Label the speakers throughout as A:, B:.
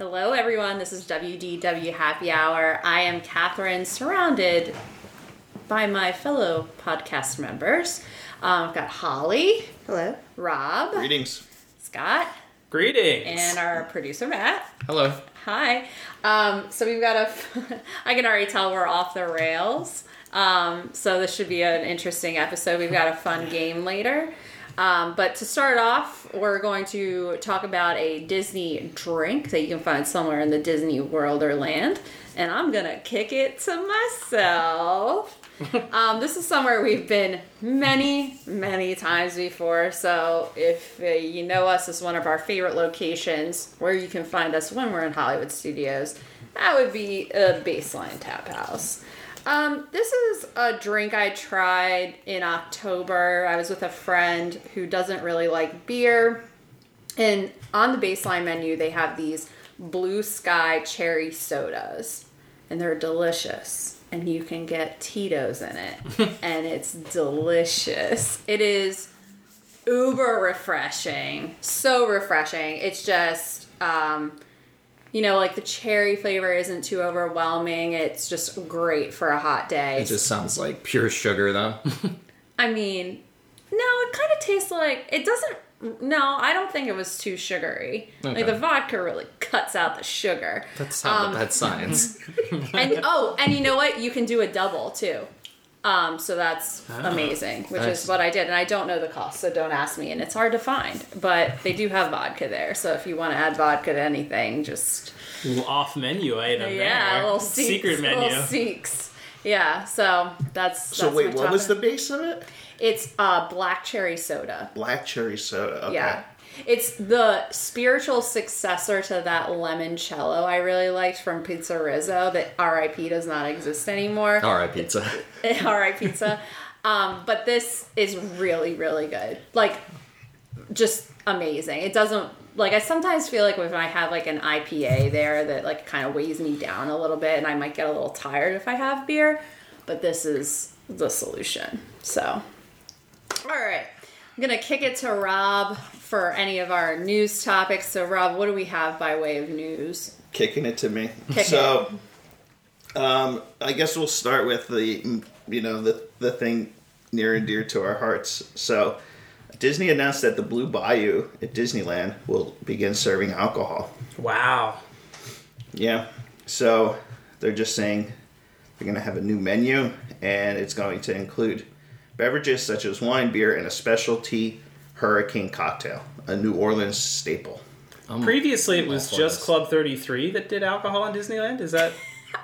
A: everyone. This is WDW Happy Hour. I am Catherine, surrounded by my fellow podcast members. Um, I've got Holly,
B: Hello.
A: Rob,
C: Greetings.
A: Scott,
D: Greetings.
A: and our producer Matt.
C: Hello.
A: Hi. Um, so we've got a. I can already tell we're off the rails. Um, so this should be an interesting episode. We've got a fun game later. Um, but to start off, we're going to talk about a Disney drink that you can find somewhere in the Disney world or land. And I'm going to kick it to myself. um, this is somewhere we've been many, many times before. So if uh, you know us as one of our favorite locations where you can find us when we're in Hollywood studios, that would be a baseline tap house. Um, this is a drink I tried in October. I was with a friend who doesn't really like beer. And on the baseline menu, they have these blue sky cherry sodas, and they're delicious. And you can get Tito's in it, and it's delicious. It is uber refreshing, so refreshing. It's just, um, you know, like the cherry flavor isn't too overwhelming. It's just great for a hot day.
C: It just sounds like pure sugar, though.
A: I mean, no, it kind of tastes like it doesn't. No, I don't think it was too sugary. Like
C: Okay.
A: the vodka really cuts out the sugar.
C: That's not
A: Um,
C: that's science.
A: And oh, and you know what? You can do a double too. Um, so that's amazing, which
C: Ah, Nice.
A: is what I did. And I don't know the cost, so don't ask me. And it's hard to find, but they do have vodka there. So if you want to add vodka to anything, just
D: Ooh, off menu item.
A: yeah,
D: there.
A: a little seeks,
D: secret menu.
A: little seeks. Yeah, so that's.
C: so
A: that's my
C: wait, what
A: top
C: was the
A: end.
C: base of it?
A: It's uh, black cherry soda.
C: Black cherry soda. Okay.
A: Yeah. It's the spiritual successor to that limoncello I really liked from Pizza Rizzo that RIP does not exist anymore.
E: Oh,
C: All right, pizza.
A: RIP Pizza. Um, but this is really, really good. Like, just amazing. It doesn't, like, I sometimes feel like when I have, like, an IPA there that, like, kind of weighs me down a little bit and I might get a little tired if I have beer. But this is the solution. So, all right. I'm going to kick it to Rob for any of our news topics. So, Rob, what do we have by way of news?
C: Kicking it to me.
A: Kick
C: so, um, I guess we'll start with the you know the the thing near and dear to our hearts. So, Disney announced that the Blue Bayou at Disneyland will begin serving alcohol.
D: Wow.
C: Yeah. So they're just saying they're going to have a new menu and it's going to include beverages such as wine, beer, and a specialty hurricane cocktail, a New Orleans staple.
E: Hmm.
D: Previously, it was
C: for
D: just
C: this.
D: Club 33 that did alcohol in Disneyland. Is that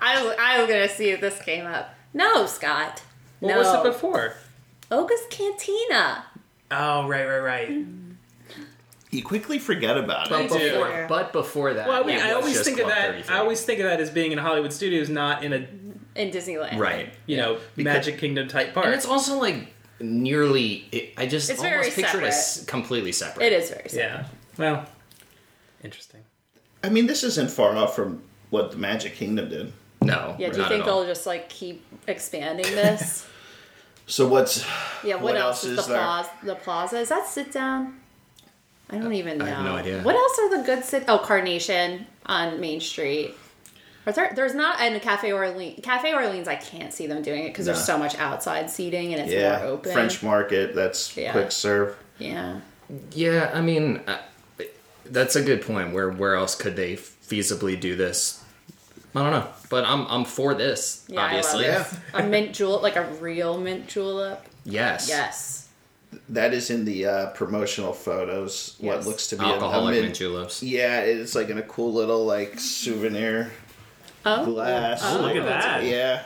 A: I, I was going to see if this came up. No, Scott.
D: what
A: no.
D: was it before?
A: Oga's Cantina.
D: Oh, right, right, right.
C: You quickly forget about
E: But
C: it.
D: do.
E: before, but before that,
D: Well, I mean,
E: it
D: I
E: was
D: always
E: just
D: think of
E: Club
D: that.
E: 33.
D: I always think of that as being in Hollywood Studios, not in a
A: in Disneyland.
E: right,
D: you know Magic Kingdom type park.
E: and it's also like nearly. It, I just
A: It's very
E: almost pictured it as completely separate.
A: It is very sad.
D: yeah. Well, interesting.
C: I mean, this isn't far off from what the Magic Kingdom did.
E: No,
A: Yeah, do you
E: not
A: think
E: at all.
A: they'll just like keep expanding this?
C: So what's
A: Yeah, what,
C: What
A: else,
C: else
A: is,
C: is
A: the
C: there?
A: plaza the plaza? Is that sit down? I don't even know.
E: I have no idea.
A: What else are the good sit oh Carnation on Main Street. Are there, there's not and Cafe Orleans Cafe Orleans I can't see them doing it because
C: No.
A: there's so much outside seating and it's
C: yeah
A: more open.
C: French Market? That's
A: Yeah.
C: quick serve.
A: Yeah.
E: Yeah, I mean, uh, that's a good point. Where where else could they feasibly do this? I don't know, but I'm I'm for this.
A: Yeah, I love
E: obviously,
A: this. A mint julep like a real mint julep.
E: yes,
A: Yes.
C: That is in the uh, promotional photos. What
A: Yes.
C: looks to be a-
E: Alcoholic
C: a,
E: mint,
C: mid-
E: juleps.
C: Yeah, it's like in a cool little like souvenir
A: Oh
C: glass.
D: Look at that.
C: Yeah.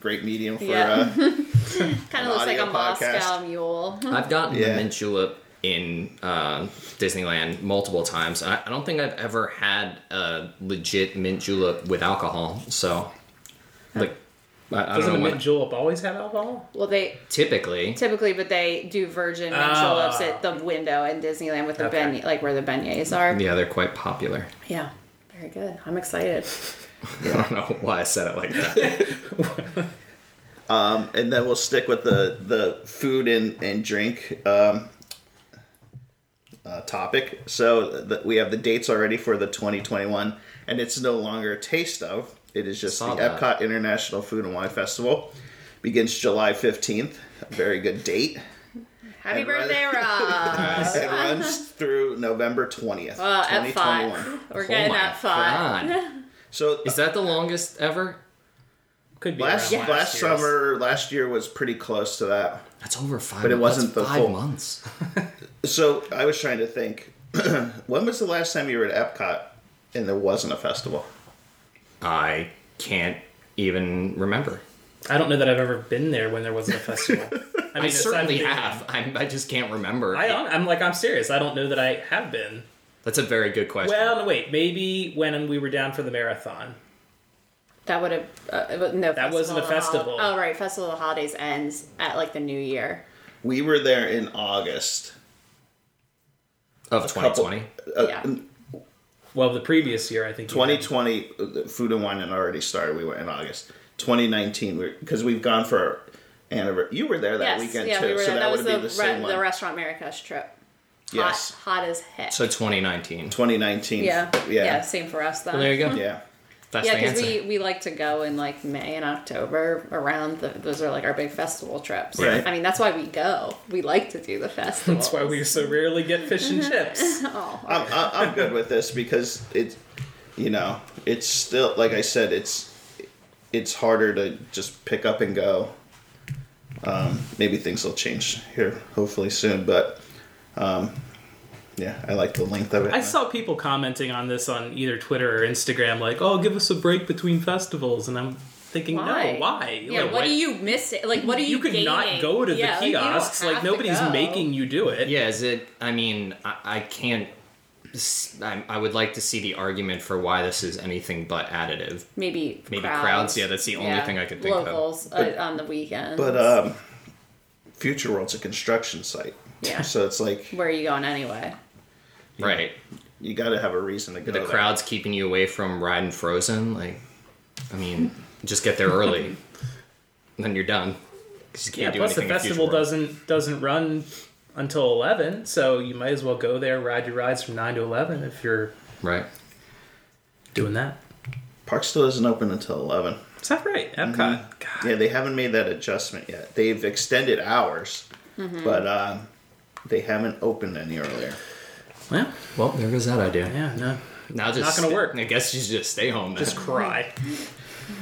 C: Great medium for
A: Yeah.
C: uh,
A: kind of looks like a
C: audio podcast.
A: Moscow mule.
E: I've gotten
C: Yeah.
E: the mint julep in uh, Disneyland multiple times. I, I don't think I've ever had a legit mint julep with alcohol. So, like, I, I
D: Doesn't
E: don't
D: the
E: know.
D: mint
E: What,
D: julep always have alcohol?
A: Well they
E: typically,
A: Typically, but they do virgin mint
D: Ah.
A: juleps at the window in Disneyland with the
D: Okay.
A: beignet, like where the beignets are.
E: yeah, they're quite popular.
A: Yeah. Very good. I'm excited.
E: I don't know why I said it like that.
C: and then we'll stick with the the food and and drink um uh, topic. So th- we have the dates already for the 2021, and it's no longer a taste of. It is just
E: Saw
C: the
E: that.
C: Epcot International Food and Wine Festival. Begins July 15th. A very good date.
A: Happy
C: And
A: birthday, Rob.
C: It runs through November 20th,
A: Well, at
C: 2021.
A: five. We're
E: Oh
A: getting
E: my
A: at five.
E: God.
C: So
E: Is that the longest ever?
D: Could be
C: last
D: around
C: last
D: year's.
C: summer, last year was pretty close to that.
E: That's over five.
C: But it
E: that's
C: wasn't the
E: five
C: full-
E: months.
C: So I was trying to think, when was the last time you were at Epcot and there wasn't a festival?
E: I can't even remember.
D: I don't know that I've ever been there when there wasn't a festival. I mean,
E: I
D: aside
E: certainly
D: from being-
E: have. I'm, I just can't remember.
D: I, hon- I'm like, I'm serious. I don't know that I have been.
E: That's a very good question.
D: Well, no, wait. Maybe when we were down for the marathon.
A: That would have uh, it was- no.
D: That
A: Festival
D: wasn't a
A: of the Hol-
D: festival.
A: oh right, Festival of the Holidays ends at like the New Year.
C: We were there in August.
E: of
C: couple-
E: 2020.
C: Uh,
A: Yeah.
D: Well, the previous year, I think. you had-
C: 2020, uh, the Food and Wine had already started. We went in August. 2019, because we've gone for our anniversary. You were there that
A: yes,
C: weekend
A: yeah,
C: too,
A: we were
C: so
A: there.
C: that,
A: That, was
C: would be
A: the,
C: the same
A: re-
C: one.
A: the restaurant America's trip. Hot,
C: yes,
A: hot as heck.
E: So 2019.
C: 2019.
A: yeah.
C: yeah,
A: yeah, Same for us
E: Well, there
A: then.
E: you go.
C: yeah.
E: That's
A: Yeah,
E: the
A: because
E: answer.
A: we, we like to go in like May and October around the, those are like our big festival trips.
C: Right.
A: I mean that's why we go. We like to do the festival.
D: That's why we so rarely get fish and chips.
A: Oh,
C: I'm, I'm- I'm good with this because it's, you know, it's still like I said, it's it's harder to just pick up and go. Um, maybe things will change here hopefully soon, but um, yeah, I like the length of it.
D: I saw people commenting on this on either Twitter or Instagram, like, "Oh, give us a break between festivals," and I'm thinking,
A: Why?
D: "No, why?
A: Yeah,
D: Like,
A: what
D: why-
A: do you miss it? Like, what are you?
D: You could
A: gaining?
D: not go to the
A: Yeah, like, you don't
D: kiosks. Like,
A: have to
D: nobody's
A: go.
D: making you do it.
E: Yeah, is it? I mean, I, I can't. s- I, I would like to see the argument for why this is anything but additive.
A: maybe
E: Maybe crowds. Yeah, that's the only thing I could think of. uh,
A: Locals, of. Locals on the weekend.
C: but um, Future World's a construction site,
A: Yeah.
C: So it's like
A: where are you going anyway?
E: Right.
C: you got to have a reason to go.
E: The
C: there.
E: crowd's keeping you away from riding Frozen. Like, I mean, just get there early. and then you're done. 'Cause you
D: Yeah,
E: can't do
D: plus the
E: anything in
D: festival
E: Future World.
D: doesn't doesn't run until eleven, so you might as well go there, ride your rides from nine to eleven if you're
E: Right.
D: doing that.
C: Park still isn't open until eleven.
D: Is that right? Epcot. God.
C: Mm-hmm. Yeah, they haven't made that adjustment yet. They've extended hours, but um, they haven't opened any earlier.
D: Well,
E: Well, there goes that idea.
D: yeah, no.
E: Now just
D: Not gonna work.
E: I guess you should just stay home. Then.
D: Just cry.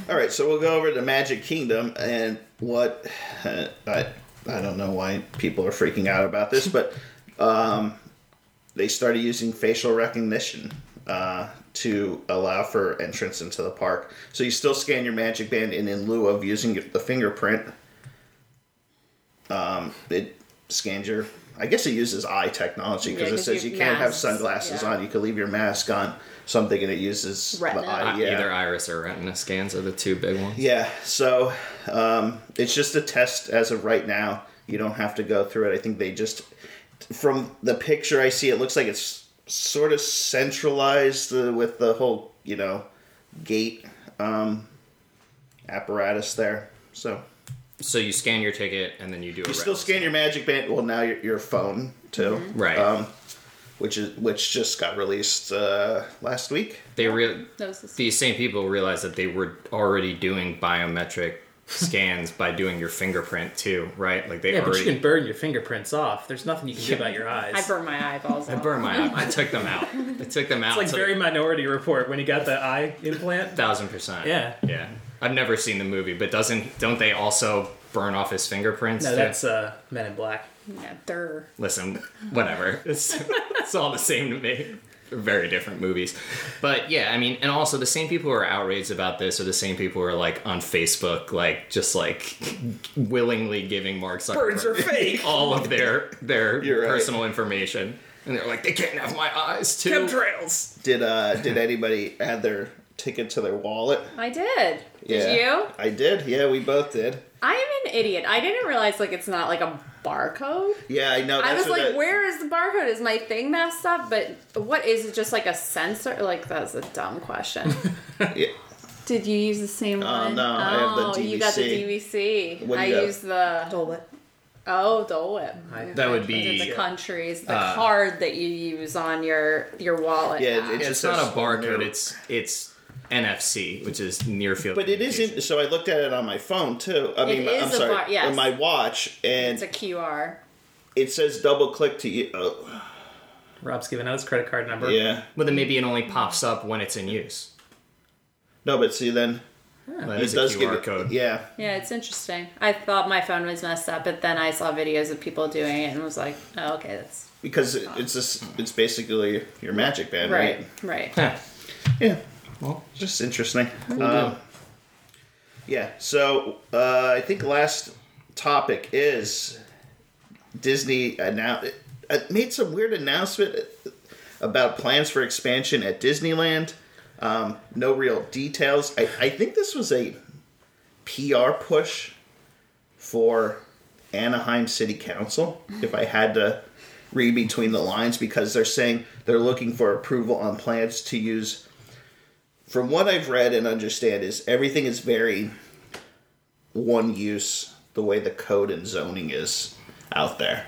C: All right, so we'll go over to Magic Kingdom and what I I don't know why people are freaking out about this, but um, they started using facial recognition uh, to allow for entrance into the park. So you still scan your Magic Band, and in lieu of using the fingerprint, um, it scans your. I guess it uses eye technology
A: Yeah,
C: because it
A: 'cause
C: says you
A: your
C: can't have
A: masks,
C: sunglasses
A: yeah.
C: on. You can leave your mask on. So I'm thinking it uses
A: Retina.
C: the eye.
E: Uh,
C: yeah.
E: Either iris or retina scans are the two big ones.
C: Yeah, so um, it's just a test as of right now. You don't have to go through it. I think they just, from the picture I see, it looks like it's sort of centralized uh, with the whole, you know, gate um, apparatus there. So
E: So you scan your ticket and then you do. a
C: you still scan your Magic Band. Well, now your, your phone too,
A: Mm-hmm.
E: Right.
C: Um, which is which just got released uh, last week.
E: They real
A: That was the-
E: these same people realized that they were already doing biometric scans by doing your fingerprint too, right? Like they
D: Yeah, but
E: already.
D: you can burn your fingerprints off. There's nothing you can do about your eyes.
A: I burn my eyeballs.
E: I burned my. I took them out. I took them out.
D: It's like
E: to
D: very
E: the
D: Minority Report when he got the eye implant.
E: thousand percent.
D: Yeah.
E: yeah. I've never seen the movie, but doesn't don't they also burn off his fingerprints?
D: No,
E: too?
D: that's uh, Men in Black.
A: Yeah, durr.
E: listen, whatever. It's, it's all the same to me. They're Very different movies. But yeah, I mean, and also the same people who are outraged about this are the same people who are like on Facebook, like just like willingly giving Mark
D: Birds are
E: Zuckerberg
D: fake.
E: all of their their
C: You're right.
E: personal information. And they're like, they can't have my eyes too.
D: Chemtrails.
C: Did uh, did anybody add their ticket to their wallet?
A: I did. Did you?
C: I did. Yeah, we both did.
A: I am an idiot. I didn't realize like it's not like a barcode.
C: Yeah, I know.
A: I
C: that's
A: was
C: what
A: like,
C: that-
A: where is the barcode? Is my thing messed up? But what is it? Just like a sensor? Like that's a dumb question. Uh,
C: Yeah.
A: did you use the same one? Oh,
C: no, I have the
A: you got the
C: DVC.
A: DVC.
C: What do
A: I
C: you have?
A: used the
D: Stole it.
A: Oh, Dole Whip.
E: I- that
A: Yeah,
E: would
A: I
E: be,
A: did the countries, the
E: uh,
A: card that you use on your your wallet.
C: Yeah,
A: app.
C: it-
E: It's,
C: just
E: not
C: a
E: a barcode.
C: small-
E: It's it's NFC, which is near field.
C: But it
E: communication.
C: isn't. So I looked at it on my phone too. I mean,
A: is
C: I'm
A: a
C: sorry,
A: bar- yes.
C: on my watch,
A: it's
C: and
A: a QR.
C: it says double click to you. Oh,
D: Rob's giving out his credit card number.
C: yeah.
E: But then maybe it only pops up when it's in use.
C: No, but see then
E: That
C: it
E: is a
C: does
E: QR
C: give it-
E: code.
C: Yeah,
A: Yeah, it's interesting. I thought my phone was messed up, but then I saw videos of people doing it and was like, oh, okay, that's
C: because it- it's this. It's basically your magic band, right?
A: right, right.
E: Huh.
C: Yeah.
E: Well,
C: Just interesting. Um, yeah. So uh, I think last topic is Disney announced uh, made some weird announcement about plans for expansion at Disneyland. Um, no real details. I, I think this was a PR push for Anaheim City Council. If I had to read between the lines, because they're saying they're looking for approval on plans to use from what I've read and understand is everything is very one use the way the code and zoning is out there.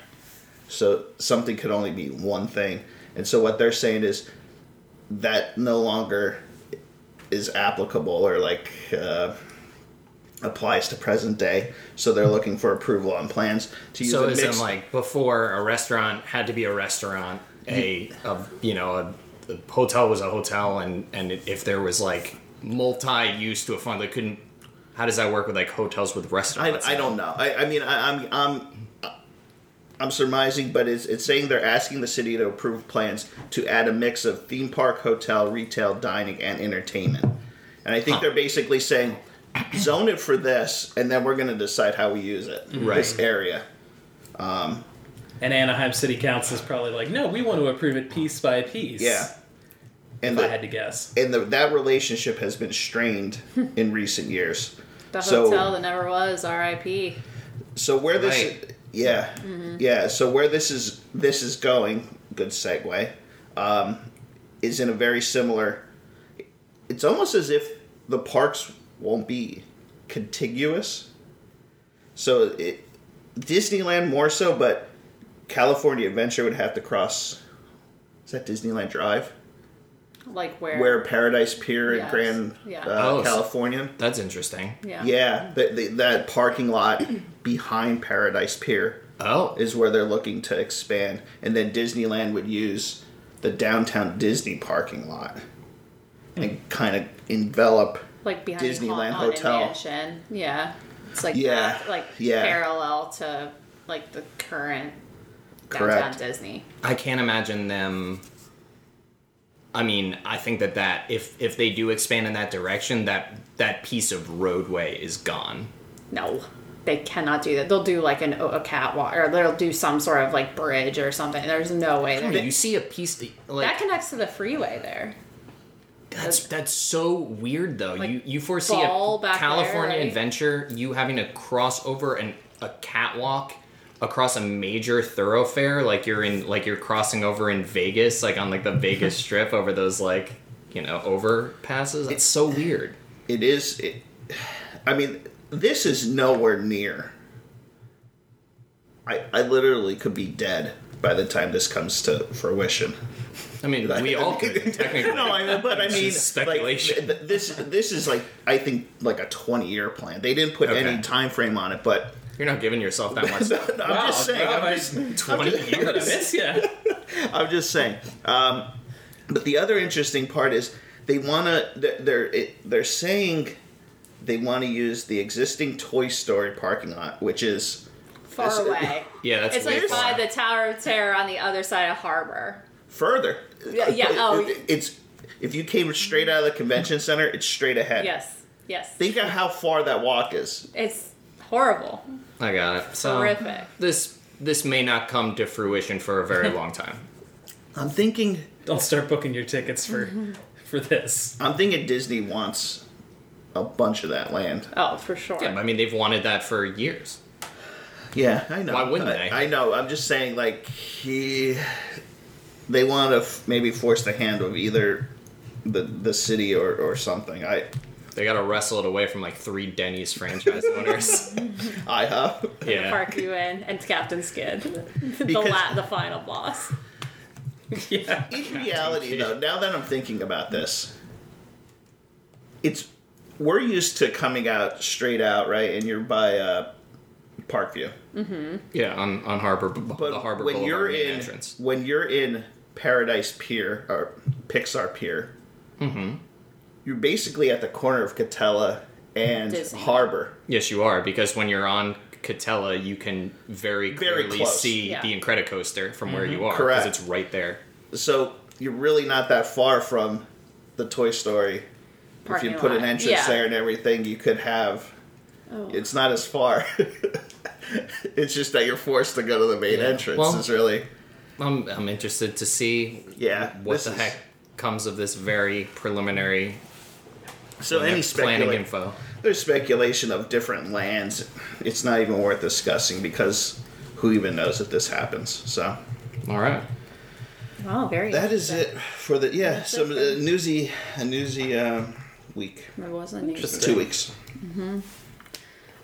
C: So something could only be one thing. And so what they're saying is that no longer is applicable or like uh, applies to present day. So they're looking for approval on plans to use
E: so
C: a
E: is it
C: mix-
E: like before a restaurant had to be a restaurant, a, a you know a, a hotel was a hotel, and and if there was like multi-use to a fund, they couldn't. How does that work with like hotels with
C: I,
E: restaurants?
C: I don't know. I, I mean, I, I'm I'm I'm surmising, but it's it's saying they're asking the city to approve plans to add a mix of theme park, hotel, retail, dining, and entertainment. And I think they're basically saying zone it for this, and then we're going to decide how we use it. This
E: Right.
C: area.
D: And Anaheim City Council's probably like, no, we want to approve it piece by piece.
C: Yeah. And
D: If I
C: the,
D: had to guess.
C: and the, that relationship has been strained in recent years.
A: The
C: So-
A: hotel that never was, RIP.
C: So where this,
E: Right.
C: yeah,
A: Mm-hmm.
C: yeah. So where this is this is going, good segue, um, is in a very similar. It's almost as if the parks won't be contiguous. So it, Disneyland more so, but California Adventure would have to cross. Is that Disneyland Drive?
A: Like where?
C: Where Paradise Pier in
A: Yes.
C: Grand
A: Yeah.
C: uh,
E: Oh, so-
C: California.
E: That's interesting.
A: Yeah.
C: Yeah, the, the, that parking lot behind Paradise Pier
E: Oh,
C: is where they're looking to expand, and then Disneyland would use the downtown Disney parking lot and kind of envelop.
A: Like behind
C: Disneyland
A: Haunted
C: Hotel.
A: Mansion. Yeah. It's like
C: Yeah,
A: that, like
C: yeah.
A: parallel to like the current downtown
C: Correct.
A: Disney.
E: I can't imagine them. I mean, I think that that if if they do expand in that direction, that that piece of roadway is gone.
A: No, they cannot do that. They'll do like an a catwalk, or they'll do some sort of like bridge or something. There's no way.
E: I
A: That,
E: mean, you see a piece like
A: that connects to the freeway there.
E: that's that's so weird though. you you foresee a
A: ball back there,
E: California
A: right?
E: adventure, you having to cross over an a catwalk across a major thoroughfare, like you're in like you're crossing over in Vegas, like on like the Vegas Strip over those like you know overpasses. It's so weird.
C: It is, it, I mean, this is nowhere near. I, I literally could be dead by the time this comes to fruition.
E: I mean, we all could technically.
C: No, I mean, but I
E: It's
C: mean,
E: just speculation.
C: Like, th- th- this this is like I think like a twenty year plan. They didn't put any
E: Okay.
C: time frame on it, but
E: You're not giving yourself that much.
C: no, no, I'm
D: Wow,
C: just saying.
D: Rob,
C: I'm
D: I-
C: just,
E: Twenty
D: I
E: years.
D: miss ya.
C: I'm just saying. Um, but the other interesting part is they want to. They're it, they're saying they want to use the existing Toy Story parking lot, which is
A: Far
C: It's- uh,
A: away.
E: Yeah, that's
A: it's
E: way
A: like
E: far.
A: by the Tower of Terror on the other side of Harbor.
C: further.
A: Yeah, yeah, oh.
C: It- it's if you came straight out of the convention center, it's straight ahead.
A: Yes, yes.
C: Think of how far that walk is.
A: It's horrible.
E: I got it. So
A: Horrific.
E: this this may not come to fruition for a very long time.
C: I'm thinking.
D: Don't start booking your tickets for for this.
C: I'm thinking Disney wants a bunch of that land.
A: Oh, for sure.
E: I mean, they've wanted that for years.
C: Yeah, I know.
E: Why wouldn't
C: I,
E: they?
C: I know. I'm just saying, like he, they want to f- maybe force the hand of either the the city or or something. I
E: They got to wrestle it away from like three Denny's franchise owners.
C: IHOP.
A: to
E: yeah.
A: park you in and Captain Skid, the
C: Because-
A: la- the final boss.
D: yeah.
C: In reality, though, now that I'm thinking about this, it's we're used to coming out straight out, right? And you're by uh, Parkview,
E: Yeah, on, on Harbor, but the Harbor
C: when
E: Boulevard
C: you're
E: main
C: in
E: entrance.
C: when you're in Paradise Pier or Pixar Pier,
E: Mm-hmm.
C: you're basically at the corner of Catella and
A: Disney.
C: Harbor.
E: Yes, you are, because when you're on Catella, you can very
C: Very
E: clearly
C: close.
E: see
A: Yeah. Mm-hmm.
E: the Incredicoaster from where you are.
C: Correct.
E: Because it's right there.
C: So you're really not that far from the Toy Story. if
A: Parking
C: you put an
A: lot.
C: entrance
A: Yeah.
C: there and everything, you could have.
A: Oh.
C: It's not as far. it's just that you're forced to go to the main entrance.
E: Well-
C: is really
E: I'm, I'm interested to see
C: yeah.
E: what
C: this
E: the
C: is-
E: heck comes of this very preliminary
C: So
E: planning
C: any speculation,
E: info.
C: there's speculation of different lands. It's not even worth discussing because who even knows if this happens? So
E: All right.
A: Wow, very.
C: that is it for the yeah. Some uh, newsy a newsy um, week.
A: It wasn't
C: Just
A: interesting.
C: two weeks.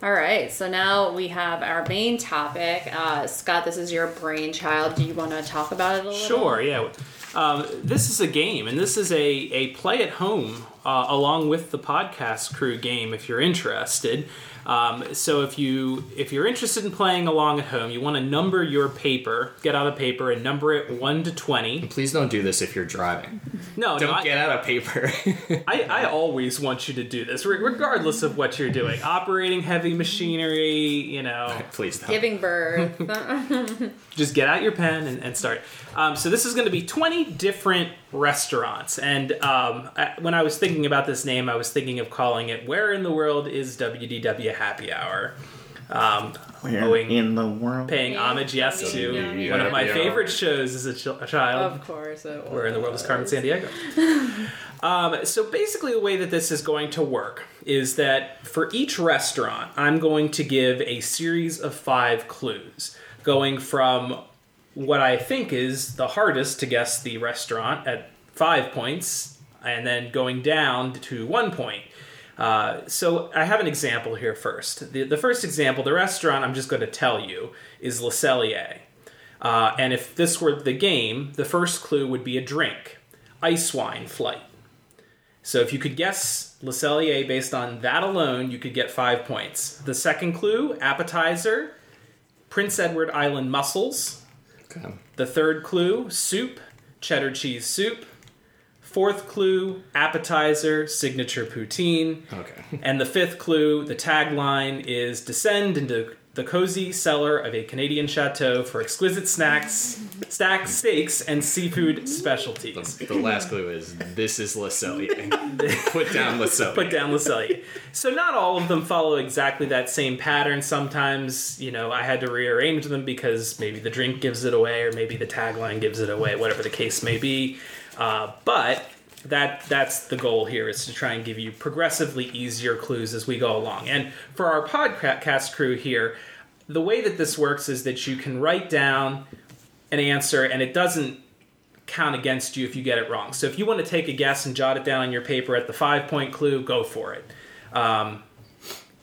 A: All right, so now we have our main topic. Uh, Scott, this is your brainchild. Do you want to talk about it a little?
D: Sure, yeah. Um, this is a game, and this is a, a play at home uh, along with the podcast crew game if you're interested. Um, so if you if you're interested in playing along at home, you want to number your paper. Get out a paper and number it one to twenty.
E: Please don't do this if you're driving.
D: No,
E: Don't
D: no, I-
E: get out of paper.
D: I, I always want you to do this, re- regardless of what you're doing. Operating heavy machinery, you know.
E: Please don't.
A: Giving birth.
D: just get out your pen and, and start. Um, so this is going to be 20 different restaurants. And um, I, when I was thinking about this name, I was thinking of calling it "Where in the World is WDW Happy Hour?" Um, owing-
C: in the world?
D: paying
A: Yeah.
D: homage, yes, to
A: Yeah.
D: one of my
E: Yeah.
D: favorite shows as a, ch- a child.
A: of course. It
D: Where in the world is Carmen San Diego? um, so basically, the way that this is going to work is that for each restaurant, I'm going to give a series of five clues, going from what I think is the hardest to guess the restaurant at five points, and then going down to one point. Uh, so I have an example here first. The, the first example, the restaurant I'm just going to tell you is Le Cellier. Uh, and if this were the game, the first clue would be a drink, ice wine flight. So if you could guess Le Cellier based on that alone, you could get five points. The second clue, appetizer, Prince Edward Island mussels.
E: Okay.
D: The third clue, soup, cheddar cheese soup. Fourth clue, appetizer, signature poutine.
E: Okay.
D: And the fifth clue, the tagline is descend into the cozy cellar of a Canadian chateau for exquisite snacks, stack steaks, and seafood specialties.
E: The last clue is this is Le Cellier. Put down Le Cellier.
D: Put down Le Cellier. So not all of them follow exactly that same pattern. Sometimes, you know, I had to rearrange them because maybe the drink gives it away, or maybe the tagline gives it away, whatever the case may be. Uh, but that that's the goal here is to try and give you progressively easier clues as we go along. And for our podcast crew here, the way that this works is that you can write down an answer, and it doesn't count against you if you get it wrong. So if you want to take a guess and jot it down on your paper at the five point clue, go for it. Um,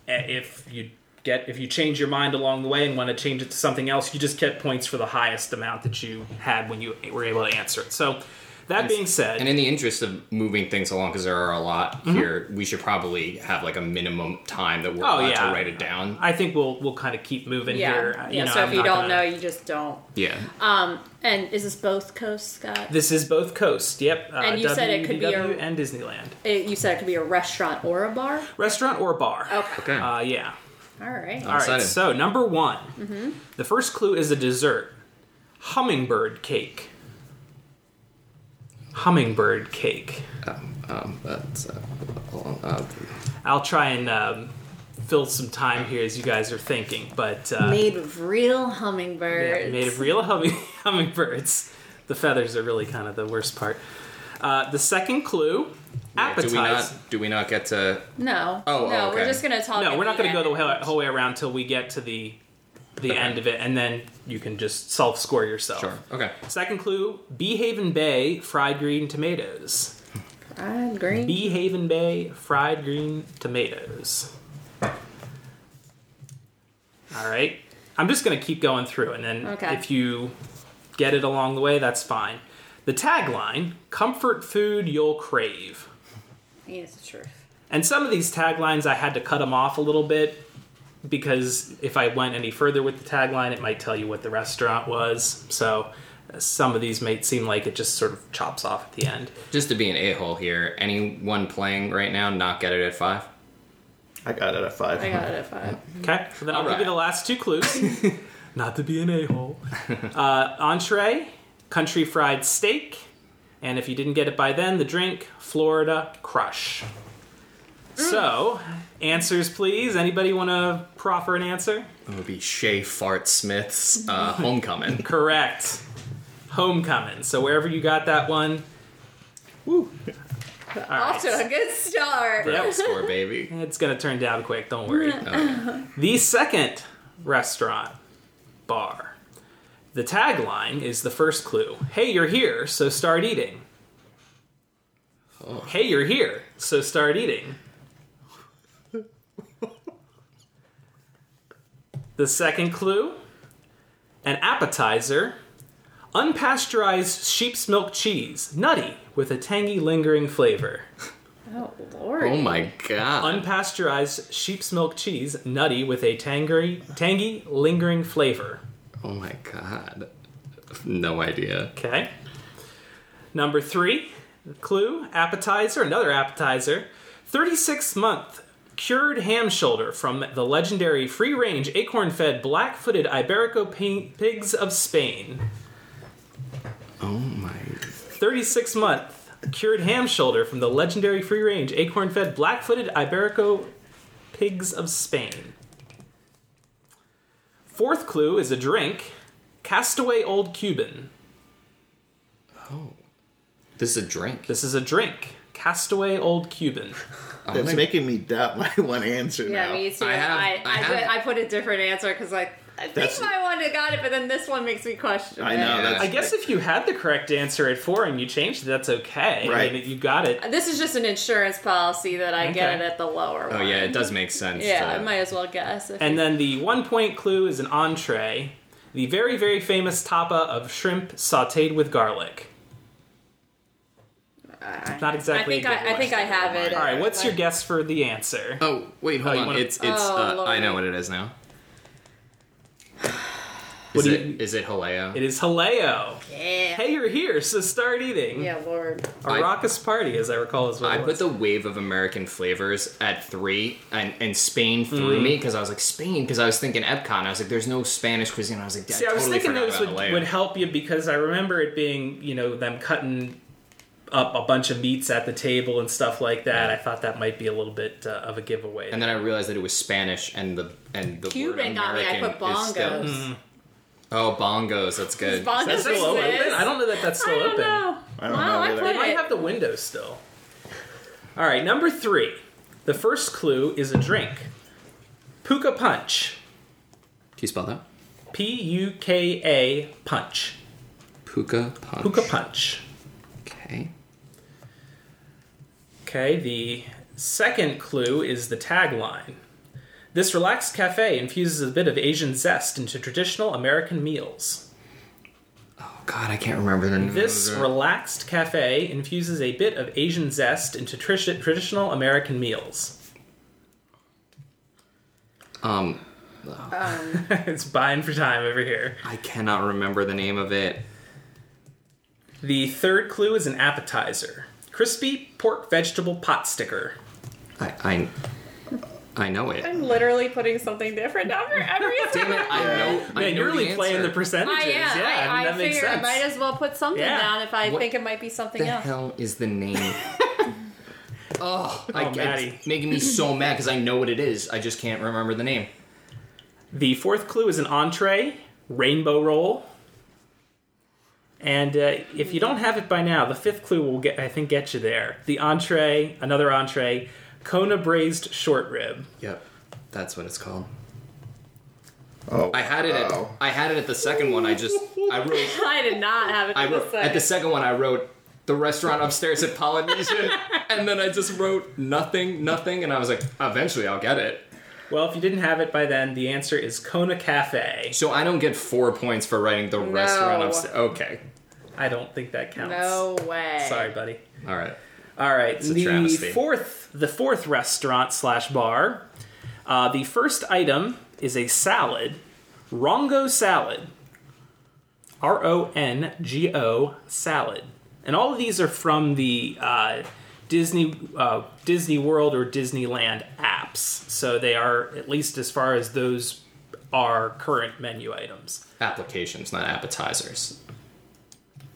D: a- if you get if you change your mind along the way and want to change it to something else, you just get points for the highest amount that you had when you were able to answer it. So that being said,
E: And in the interest of moving things along, because there are a lot
D: Mm-hmm.
E: here, we should probably have like a minimum time that we're
D: Oh,
E: allowed
D: yeah.
E: to write it down.
D: I think we'll we'll kind of keep moving
A: yeah.
D: here.
A: yeah.
D: You know,
A: so
D: I'm
A: if you
D: not
A: don't
D: gonna-
A: know, you just don't. Um,
E: yeah.
D: Uh,
A: And is this both coasts, Scott?
D: This is both coasts. Yep. uh,
A: And you said it could be a-
D: WDW and Disneyland
A: It- you said it could be a restaurant or a bar.
D: restaurant or bar.
A: Okay.
E: okay.
D: Uh, yeah.
A: All right.
D: All right.
E: excited.
D: So number one, the first clue is a dessert, hummingbird cake. Hummingbird cake.
E: um, that's, uh, uh,
D: I'll try and um, fill some time here as you guys are thinking, but uh,
A: Made of real
D: yeah,
A: hummingbirds.
D: made of real humming- hummingbirds. The feathers are really kind of the worst part. Uh, the second clue,
E: yeah, do
D: appetizer.
E: we not? Do we not get to?
A: No.
E: Oh,
A: no.
E: oh,
A: We're
E: okay.
A: just gonna talk.
D: no,
A: at
D: we're not
A: the
D: going to go the
A: end.
D: whole, whole way around till we get to the the
E: Okay.
D: end of it, and then you can just self score yourself.
E: Sure. Okay.
D: Second clue: Beehaven Bay fried green tomatoes.
A: Fried green.
D: Bee Haven Bay fried green tomatoes. All right. I'm just going to keep going through, and then
A: Okay.
D: if you get it along the way, that's fine. The tagline comfort food you'll crave.
A: Yeah, it's the truth.
D: And some of these taglines, I had to cut them off a little bit because if I went any further with the tagline, it might tell you what the restaurant was. So uh, some of these might seem like it just sort of chops off at the end.
E: Just to be an a hole here, anyone playing right now not get it at five?
C: I got it at five.
A: I got it at five.
D: Okay, so then I'll
E: All
D: give you the
E: right.
D: last two clues. Not to be an a hole. Uh, entree, country fried steak, and if you didn't get it by then, the drink, Florida Crush.
E: Mm.
D: So, answers please. Anybody want to proffer an answer?
E: It would be Shea Fart Smith's uh, Homecoming.
D: Correct. Homecoming. So wherever you got that one, woo. All
A: Off
D: right.
A: to a good start.
E: Perfect score, baby.
D: It's gonna turn down quick. Don't worry.
E: Okay.
D: The second restaurant bar. The tagline is the first clue. Hey, you're here, so start eating. Hey, you're here, so start eating. the second clue an appetizer, unpasteurized sheep's milk cheese, nutty with a tangy, lingering flavor.
A: Oh lord.
E: Oh my god.
D: Unpasteurized sheep's milk cheese, nutty with a tangy, tangy, lingering flavor.
E: Oh my god. No idea.
D: Okay. Number three, clue, appetizer, another appetizer. 36 month cured ham shoulder from the legendary free range acorn fed black footed Iberico pi- pigs of Spain.
E: Oh my.
D: 36 month cured ham shoulder from the legendary free range acorn fed black footed Iberico pigs of Spain. Fourth clue is a drink, Castaway Old Cuban.
E: This is a drink.
D: This is a drink, Castaway Old Cuban.
E: Oh
C: That's
E: my-
C: making me doubt my one answer
A: Yeah,
C: now.
A: me too. I,
E: I have-
A: I,
E: I have-
A: put, I put a different answer because I, I think
C: That's-
A: my one had got it, but then this one makes me question.
C: I
A: it.
C: know.
E: Yeah.
C: That's
D: I guess if you had the correct answer at four and you changed it, that's okay. I
C: Right.
D: mean, you got it.
A: This is just an insurance policy that I get it
D: Okay.
A: at the lower
E: Oh
A: one.
E: yeah, it does make sense.
A: Yeah,
E: to-
A: I might as well guess. If
D: And then the one point clue is an entree, the very, very famous tapa of shrimp sauteed with garlic.
A: I,
D: Not exactly.
A: I think
D: a good
A: I, I think I
D: one.
A: have it.
D: All right, what's your
A: Like-
D: guess for the answer?
E: Oh wait, hold
D: you
E: on.
D: wanna-
E: It's it's.
A: Oh,
E: uh, I
A: Lord.
E: know what it is now.
D: What
E: Is
D: do
E: it,
D: you-
E: is it Haleo?
D: It is haleo.
A: Yeah.
D: Hey, you're here, so start eating.
A: Yeah, Lord.
D: A
E: I-
D: raucous party, as I recall, is what
E: I
D: it
E: put
D: was.
E: the wave of American flavors at three, and, and Spain threw
D: Mm.
E: me because I was like Spain because I was thinking Epcot. And I was like, there's no Spanish cuisine. I was like,
D: See, I was
E: totally
D: thinking
E: forgot
D: those
E: about
D: would,
E: Haleo.
D: would help you because I remember it being, you know, them cutting up a bunch of meats at the table and stuff like that. I thought that might be a little bit uh, of a giveaway.
E: And then I realized that it was Spanish and the and the
A: Cuban
E: word
A: got me. I
E: American
A: put
E: is
A: bongos.
E: still-
D: Mm.
E: oh, bongos. That's good.
A: Bongos
D: that's still open.
A: exist.
D: I don't know that that's
A: I
D: still
A: don't
D: open.
A: know.
C: I don't
A: wow,
C: know
A: I
C: either.
A: put
D: They might
A: it.
D: have the window still. All right, number three. The first clue is a drink. Puka Punch.
E: Can you spell that?
D: P U K A Punch.
E: Puka punch.
D: Puka Punch.
E: Okay.
D: Okay, the second clue is the tagline. This relaxed cafe infuses a bit of Asian zest into traditional American meals.
E: Oh God, I can't remember the name.
D: This relaxed cafe infuses a bit of Asian zest into trish- traditional American meals.
E: um,
D: it's buying for time over here.
E: I cannot remember the name of it.
D: The third clue is an appetizer crispy pork vegetable pot sticker.
E: I I, I know it.
A: I'm literally putting something different down for every
E: Damn it, I know. I
D: Man,
E: know
D: you're
E: the
D: really playing
E: answer.
D: the percentages.
A: I am. I,
D: yeah, mean,
A: I
D: that makes
A: figure I
D: sense.
A: might as well put something
D: Yeah.
A: down if I
E: What
A: think it might be something
E: the
A: else.
E: hell is the name? oh, I,
D: Maddie.
E: it's making me so mad because I know what it is. I just can't remember the name.
D: The fourth clue is an entree, rainbow roll. And uh, if you don't have it by now, the fifth clue will get I think get you there. The entree, another entree, Kona braised short rib.
E: Yep, that's what it's called.
C: Oh,
E: I had it. At,
C: wow.
E: I had it at the second one. I just I wrote.
A: I did not have it.
E: I
A: for the
E: wrote at
A: second.
E: the second one. I wrote the restaurant upstairs at Polynesian, and then I just wrote nothing, nothing, and I was like, eventually I'll get it.
D: Well, if you didn't have it by then, the answer is Kona Cafe.
E: So I don't get four points for writing the restaurant upstairs. Okay,
D: I don't think that counts.
A: No way.
D: Sorry, buddy.
E: all right.
D: All right.
E: a
D: the
E: travesty.
D: fourth, the fourth restaurant slash bar. Uh, the first item is a salad, Rongo salad. R O N G O salad, and all of these are from the uh, Disney uh, Disney World or Disneyland apps. So they are at least as far as those are current menu items.
E: Applications, not appetizers.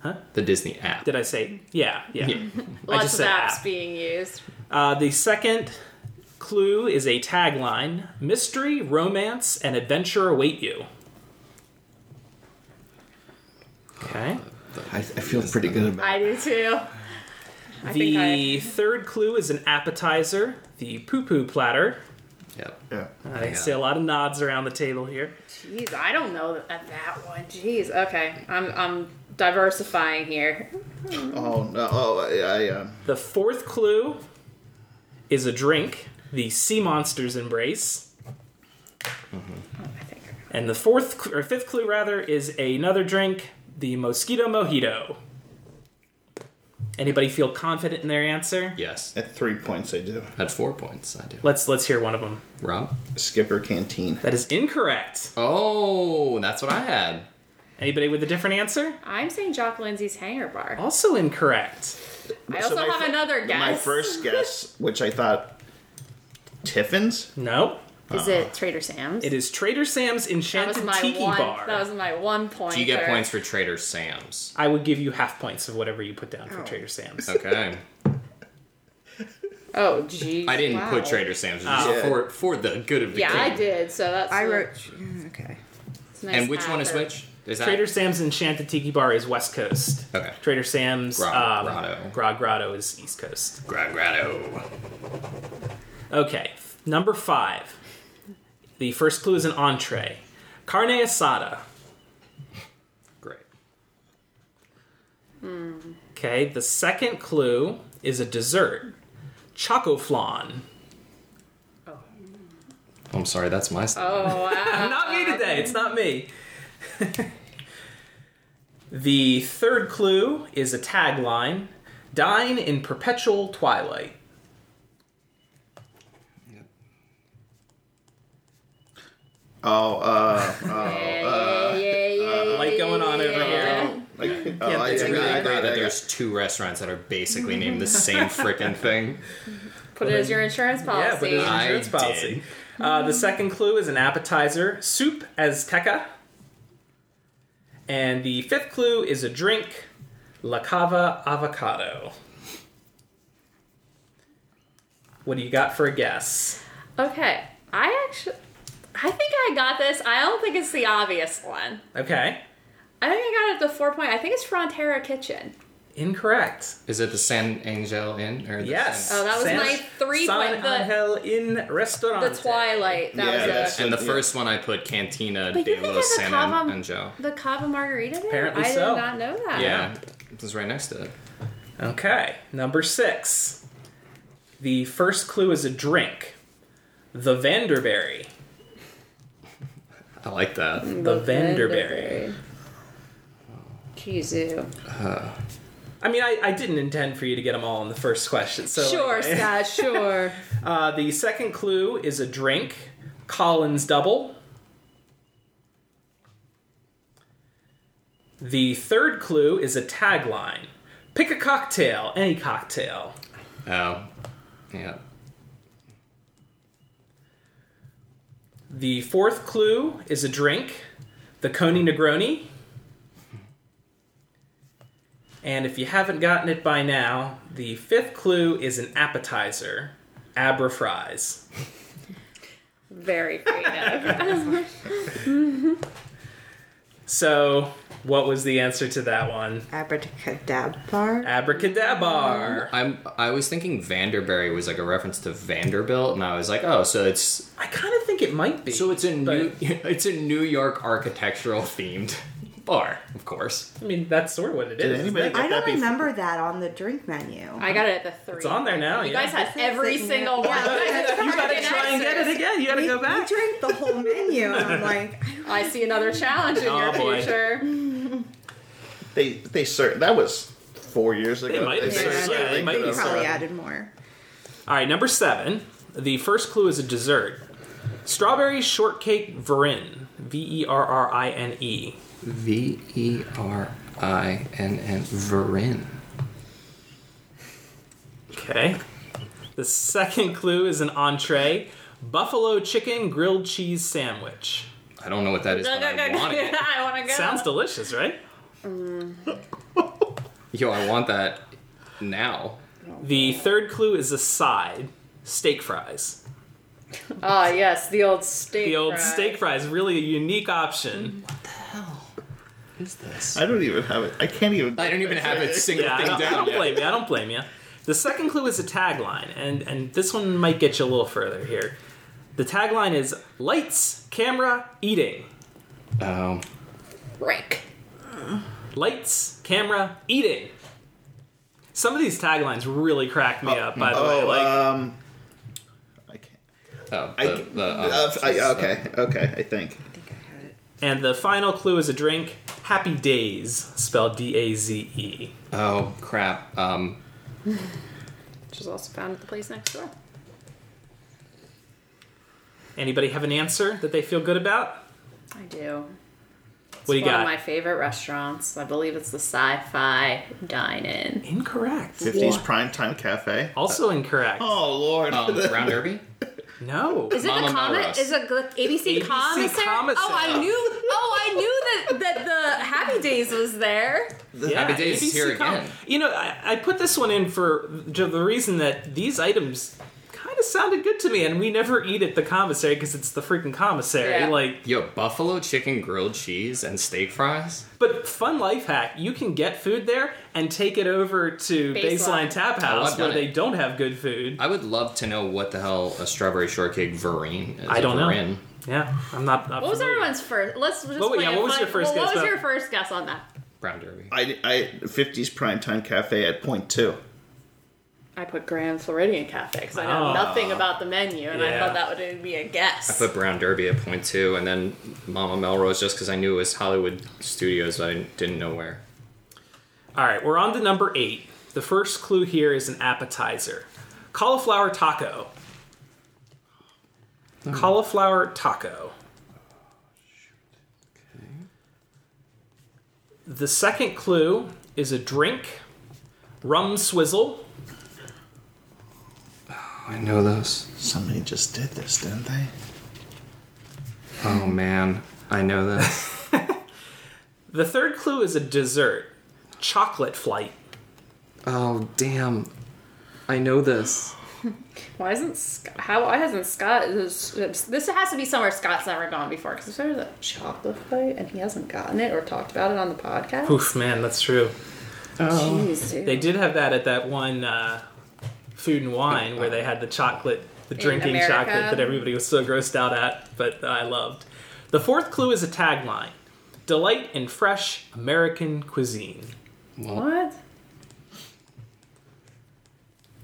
D: Huh?
E: The Disney app.
D: Did I say? Yeah, yeah.
E: Yeah.
D: I
A: Lots
D: just
A: of
D: said
A: apps
D: app.
A: being used.
D: Uh, the second clue is a tagline Mystery, romance, and adventure await you. Okay.
C: I, I feel pretty good about
A: I do too. I think I.
D: The third clue is an appetizer, the poo poo platter.
E: Yep.
C: Yeah.
A: Oh,
D: I see a lot of nods around the table here.
A: Jeez, I don't know that, that one. Jeez. Okay, I'm I'm diversifying here.
C: Oh no! Oh, I, I um,
D: The fourth clue is a drink, the Sea Monster's Embrace.
A: I think.
D: And the fourth cl- or fifth clue rather is another drink, the Mosquito Mojito. Anybody feel confident in their answer?
E: Yes.
C: at three points I do.
E: At four points, I do.
D: Let's let's hear one of them.
E: Rob.
C: Skipper Canteen.
D: That is incorrect.
E: Oh, that's what I had.
D: Anybody with a different answer?
A: I'm saying Jock Lindsey's Hanger Bar.
D: Also incorrect.
A: I
C: So
A: also
C: my
A: have
C: fir-
A: another guess.
C: My first guess, which I thought Tiffin's.
D: No.
A: is it Trader Sam's?
D: It is Trader Sam's
A: That was
D: Enchanted
A: my
D: Tiki
A: one.
D: Bar.
A: That was my one point.
E: Do you get points for Trader Sam's?
D: I would give you half points of whatever you put down for
A: Oh.
D: Trader Sam's.
E: Okay.
A: Oh, geez.
E: I didn't put
A: wow.
E: Trader Sam's it was
C: Oh.
E: for for the good of the
A: Yeah,
E: game.
A: I did. So that's.
B: I
A: a-
B: wrote. mm, Okay.
A: it's a nice
E: And which one is
A: effort.
E: which? Is that
D: Trader Sam's Enchanted Tiki Bar is West Coast.
E: Okay.
D: Trader Sam's
E: Grog
D: um,
E: Grotto.
D: Grog Grotto is East Coast.
E: Grab Grotto.
D: Okay, number five. The first clue is an entree. Carne asada.
E: Great.
D: Okay, the second clue is a dessert. Choco flan.
E: I'm sorry, that's my stuff.
A: Oh wow.
D: Not me today, it's not me. the third clue is a tagline. Dine in perpetual twilight.
C: Oh, uh,
E: Uh,
A: yeah, yeah, yeah, yeah.
D: Like going on over here.
C: like, oh,
D: Yeah,
C: I,
D: that's
C: I,
D: really
C: I, I,
E: Great
C: got
E: that
C: it, I,
E: there's two restaurants that are basically named the same freaking thing.
A: Put it as your insurance
D: Yeah, but
A: policy.
D: it's an
E: I
D: insurance
E: did.
D: policy. Uh, the second clue is an appetizer, soup azteca. And the fifth clue is a drink, la cava avocado. What do you got for a guess?
A: okay, I actually, I think I got this. I don't think it's the obvious one.
D: Okay,
A: I think I got it to four point. I think it's Frontera Kitchen.
D: incorrect.
E: Is it the San Angel Inn or the
D: Yes.
E: San-
A: Oh, that was
D: San-
A: my three
D: San
A: point- the-
D: Angel in
A: The
D: restaurant.
A: Twilight. That
C: Yeah,
A: was
C: that's-
A: a,
E: And the
C: Yeah.
E: first one I put Cantina
A: But you
E: de
A: think
E: los
A: it's a
E: San
A: Cava-
E: Angel.
A: the Cava Margarita. There?
D: Apparently
A: I
D: so.
A: did not know that.
E: Yeah, it was right next to it.
D: Okay, number six. The first clue is a drink, the Vanderberry.
E: I like that.
D: The Vanderberry.
A: Jizu.
D: I mean, I, I didn't intend for you to get them all in the first question. So
A: Sure,
D: anyway.
A: Scott, sure.
D: Uh, the second clue is a drink, Collins Double. The third clue is a tagline: "Pick a cocktail, any cocktail."
E: Oh, yeah.
D: The fourth clue is a drink, the Coney Negroni. And if you haven't gotten it by now, the fifth clue is an appetizer, Abra Fries.
A: Very creative.
D: So, what was the answer to that one?
B: Abracadabra.
D: Abracadabar.
E: I'm. I was thinking Vanderberry was like a reference to Vanderbilt, and I was like, oh, so it's
D: I kind of think it might be.
E: so it's a
D: but-
E: new it's a New York architectural themed bar, of course.
D: I mean, that's sort of what it is.
C: Did
D: isn't
C: anybody
D: it?
C: get that
B: I don't
C: before?
B: remember that on the drink menu.
A: I got it at the three.
D: It's on there now,
A: You
D: yeah.
A: guys had
B: This is
A: every
B: like-
A: single one.
B: Yeah.
D: You gotta try and get it again. You gotta
B: we,
D: go back.
B: we drank the whole menu, and I'm like,
A: I see another challenge in
D: Oh,
A: your
D: boy.
A: future.
C: They they ser- that was four years ago.
D: might have
B: served-
C: certainly
D: yeah, they might
C: could
D: have
C: have.
B: we
D: served.
B: probably added more.
D: All right, number seven. The first clue is a dessert. Strawberry shortcake verin. V e r r i n e.
E: V E R I N N Verin.
D: Okay. The second clue is an entree. Buffalo chicken grilled cheese sandwich.
E: I don't know what that is,
A: Go,
E: but
A: go, go,
E: I
A: go.
E: want it.
A: I want to go.
D: Sounds delicious, right?
E: Yo, I want that now.
D: The third clue is a side. Steak fries.
A: Ah, yes, the old steak. Mm-hmm.
D: The old
A: fry.
D: steak fries, really a unique option.
E: Is this?
C: I don't even have it. I can't even.
E: I don't even have a single
D: Yeah, I
E: thing
D: don't, I
E: down
D: don't
E: yet.
D: blame you. I don't blame you. The second clue is a tagline, and and this one might get you a little further here. The tagline is lights, camera, eating.
E: Um,
A: Rank.
D: Lights, camera, eating. Some of these taglines really crack me up. By the way,
C: Oh,
D: like
C: um, I can't.
E: oh,
C: I,
E: the- the, um,
C: uh, I- okay, okay. I think
B: I think I had it.
D: And the final clue is a drink, Happy Days, spelled D A Z E.
E: Oh crap. Um,
A: Which is also found at the place next door.
D: Anybody have an answer that they feel good about?
A: I do. It's
D: What do you
A: one
D: got?
A: of my favorite restaurants. I believe it's the Sci-Fi Dine-In.
D: Incorrect.
C: fifties prime time cafe.
D: Also incorrect.
C: Oh lord.
E: um, Brown Derby.
D: No.
A: Is it
E: Mama
A: the comet?
E: Melrose.
A: Is it the ABC,
D: ABC
A: commissary?
D: commissary.
A: Oh, I knew. Oh, I knew that that the Happy Days was there.
D: Yeah,
E: Happy Days is
D: ABC
E: here
D: Com-
E: again.
D: You know, I, I put this one in for j- the reason that these items kind of sounded good to me, and we never eat at the commissary because it's the freaking commissary.
A: Yeah.
D: Like,
E: Yo, buffalo chicken grilled cheese and steak fries.
D: but fun life hack: you can get food there and take it over to Baseline,
A: Baseline.
D: Tap
E: Oh,
D: House
E: I've
D: where
E: done it.
D: they don't have good food.
E: I would love to know what the hell a strawberry shortcake verine is.
D: I don't know.
E: Verine.
D: Yeah, I'm not. not
A: What was
D: familiar.
A: everyone's first? Let's just.
D: What-
A: play
D: yeah,
A: a
D: what was
A: fun-
D: your first
A: well, What
D: guess
A: was
D: about-
A: your first guess on that?
E: Brown Derby.
C: I, I 50s primetime cafe at point two.
A: I put Grand Floridian Cafe because I know
D: Oh.
A: nothing about the menu, and
D: Yeah.
A: I thought that would be a guess.
E: Put Brown Derby at point two, and then Mama Melrose just because I knew it was Hollywood Studios, but I didn't know where.
D: All right, we're on to number eight. The first clue here is an appetizer cauliflower taco. Hmm. Cauliflower taco. The second clue is a drink, rum swizzle.
E: I know those.
C: Somebody just did this, didn't they?
E: Oh man, I know this.
D: The third clue is a dessert, chocolate flight.
E: oh damn, I know this.
A: Why isn't Scott, how? Why hasn't Scott? This, this has to be somewhere Scott's never gone before because there's a chocolate fight and he hasn't gotten it or talked about it on the podcast.
D: Oof, man, that's true.
A: Jeez, dude.
D: They did have that at that one uh, food and wine where they had the chocolate, the drinking
A: America.
D: chocolate that everybody was so grossed out at, but I loved. The fourth clue is a tagline Delight in fresh American cuisine.
A: What?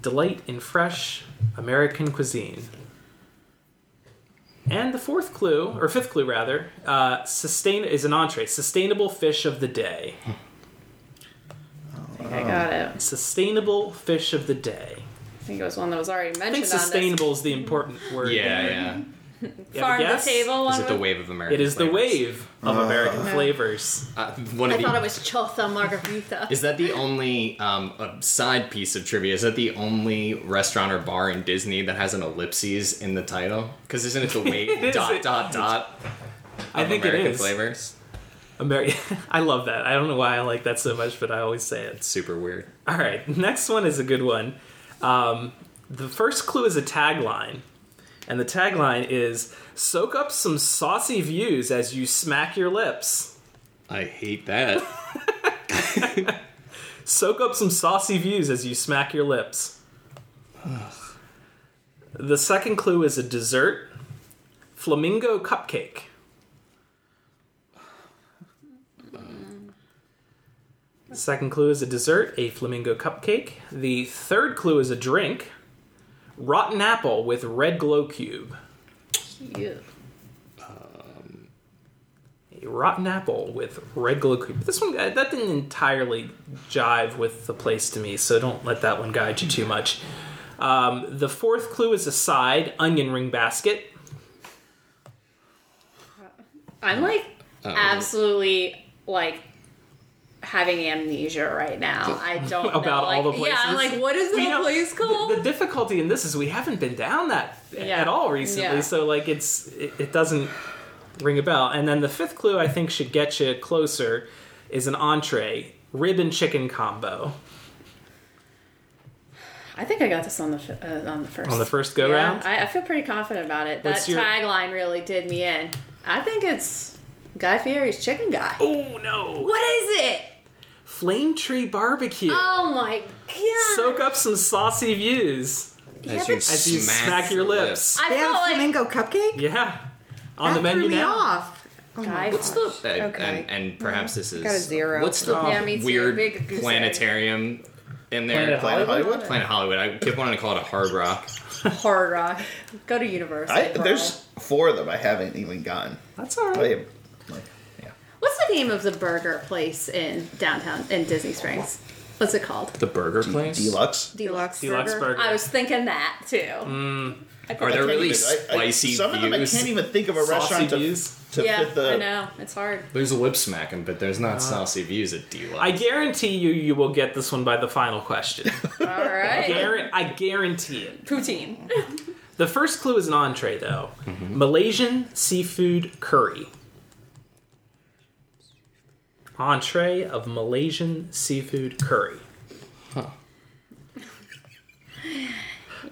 D: Delight in fresh American cuisine. And the fourth clue, or fifth clue rather, uh, sustain is an entree. Sustainable fish of the day.
A: I
D: Uh-huh.
A: think I got it.
D: Sustainable fish of the day.
A: I think it was one that was already
D: I
A: mentioned.
D: think sustainable is the important word.
E: Yeah, yeah.
D: You have a
A: On this. Farm
D: guess?
A: to table one.
E: Is it the
A: was-
E: wave of America?
D: It is the wave of
E: Uh-huh.
D: American
A: Yeah.
D: flavors.
E: Uh, one of
A: I
E: the.
A: thought it was chotha margarita.
E: Is that the only um, uh, side piece of trivia? Is that the only restaurant or bar in Disney that has an ellipses in the title? Because isn't it the wave
D: is.
E: dot dot dot?
D: I
E: of
D: think
E: American
D: it is.
E: flavors.
D: Ameri- I love that. I don't know why I like that so much, but I always say it.
E: Super weird.
D: All right, next one is a good one. Um, the first clue is a tagline, and the tagline is "Soak up some saucy views as you smack your lips."
E: I hate that.
D: Soak up some saucy views as you smack your lips. The second clue is a dessert, flamingo cupcake. Second clue is a dessert, a flamingo cupcake. The third clue is a drink, rotten apple with red glow cube.
A: Cute.
D: A rotten apple with red glow cube. This one uh, that didn't entirely jive with the place to me, so don't let that one guide you too much. Um, the fourth clue is a side, onion ring basket. Uh,
A: I'm like absolutely like having amnesia right now. I don't know,
D: About all
A: like-
D: the
A: Yeah, I'm
D: places?
A: like, what is
D: You
A: that
D: know,
A: place called?
D: The difficulty in this is we haven't been down that
A: Yeah.
D: at all recently,
A: Yeah.
D: so like it's it, it doesn't ring a bell. And then the fifth clue I think should get you closer is an entree rib and chicken combo
A: I think I got this on the f- uh, on the first
D: on the first go round.
A: I, I feel pretty confident about it.
D: What's
A: that
D: your-
A: tagline really did me in. I think it's Guy Fieri's Chicken Guy.
D: oh no!
A: What is it?
D: Flame tree barbecue.
A: Oh my god!
D: Soak up some saucy views
A: Yeah,
E: As
A: but
E: you,
D: as you smack, your lips.
A: I
B: They
A: felt
B: have
A: like
B: flamingo cupcake.
D: Yeah, on the
B: That
D: menu
B: threw me
D: now.
B: off. Oh my
A: Guy
B: gosh.
A: What's the-
E: Uh,
B: Okay.
E: and, and perhaps this is
B: got a zero.
E: What's the
A: Yeah, me too.
E: weird
A: Big goose egg.
E: planetarium in there?
D: Planet
C: Planet Hollywood.
A: Hollywood?
E: Planet Hollywood. I kept wanting to call it a hard rock.
A: hard rock. Go to Universal.
C: I,
A: bro.
C: there's four of them I haven't even gotten.
D: That's all
C: I
D: right.
C: am, like, yeah.
A: What's the name of the burger place in downtown in Disney Springs? What's it called?
E: The burger place.
C: Deluxe.
B: deluxe,
D: Deluxe burger. Mm.
A: I was thinking that too. I
E: Are there
C: I can't
E: really
C: even- I- I-
E: spicy
C: Some of them I
E: views?
C: can't even think of a
D: Saucy
C: restaurant to,
D: views.
C: to
A: yeah,
C: fit the.
A: I know it's hard.
E: There's a lip smacking, but there's not saucy views at D.
D: Uh, I guarantee you, you will get this one by the final question.
A: All right,
D: Guaran- I guarantee it.
A: poutine.
D: The first clue is an entree, though. Malaysian seafood curry. Entree of Malaysian seafood curry.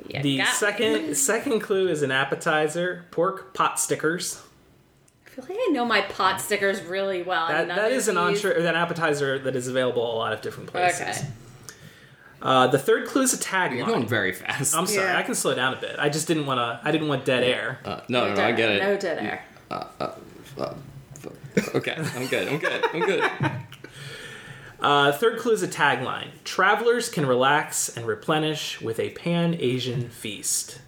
A: Yeah,
D: The
A: got me.
D: second second clue is an appetizer, pork pot stickers.
A: I feel like I know my pot stickers really well.
D: That,
A: and
D: that is an
A: none of
D: entree, an appetizer that is available at a lot of different
A: these-
D: places.
A: Okay.
D: Uh, the third clue is a
E: You're
D: tagline.
E: going very fast.
D: I'm sorry,
B: Yeah.
D: I can slow down a bit. I just didn't want to. I didn't want dead air.
E: Uh, no, no, no, I
A: Dinner.
E: get it.
A: No dinner.
E: Okay, I'm good. I'm good. I'm good.
D: Uh, third clue is a tagline: "Travelers can relax and replenish with a pan-Asian feast."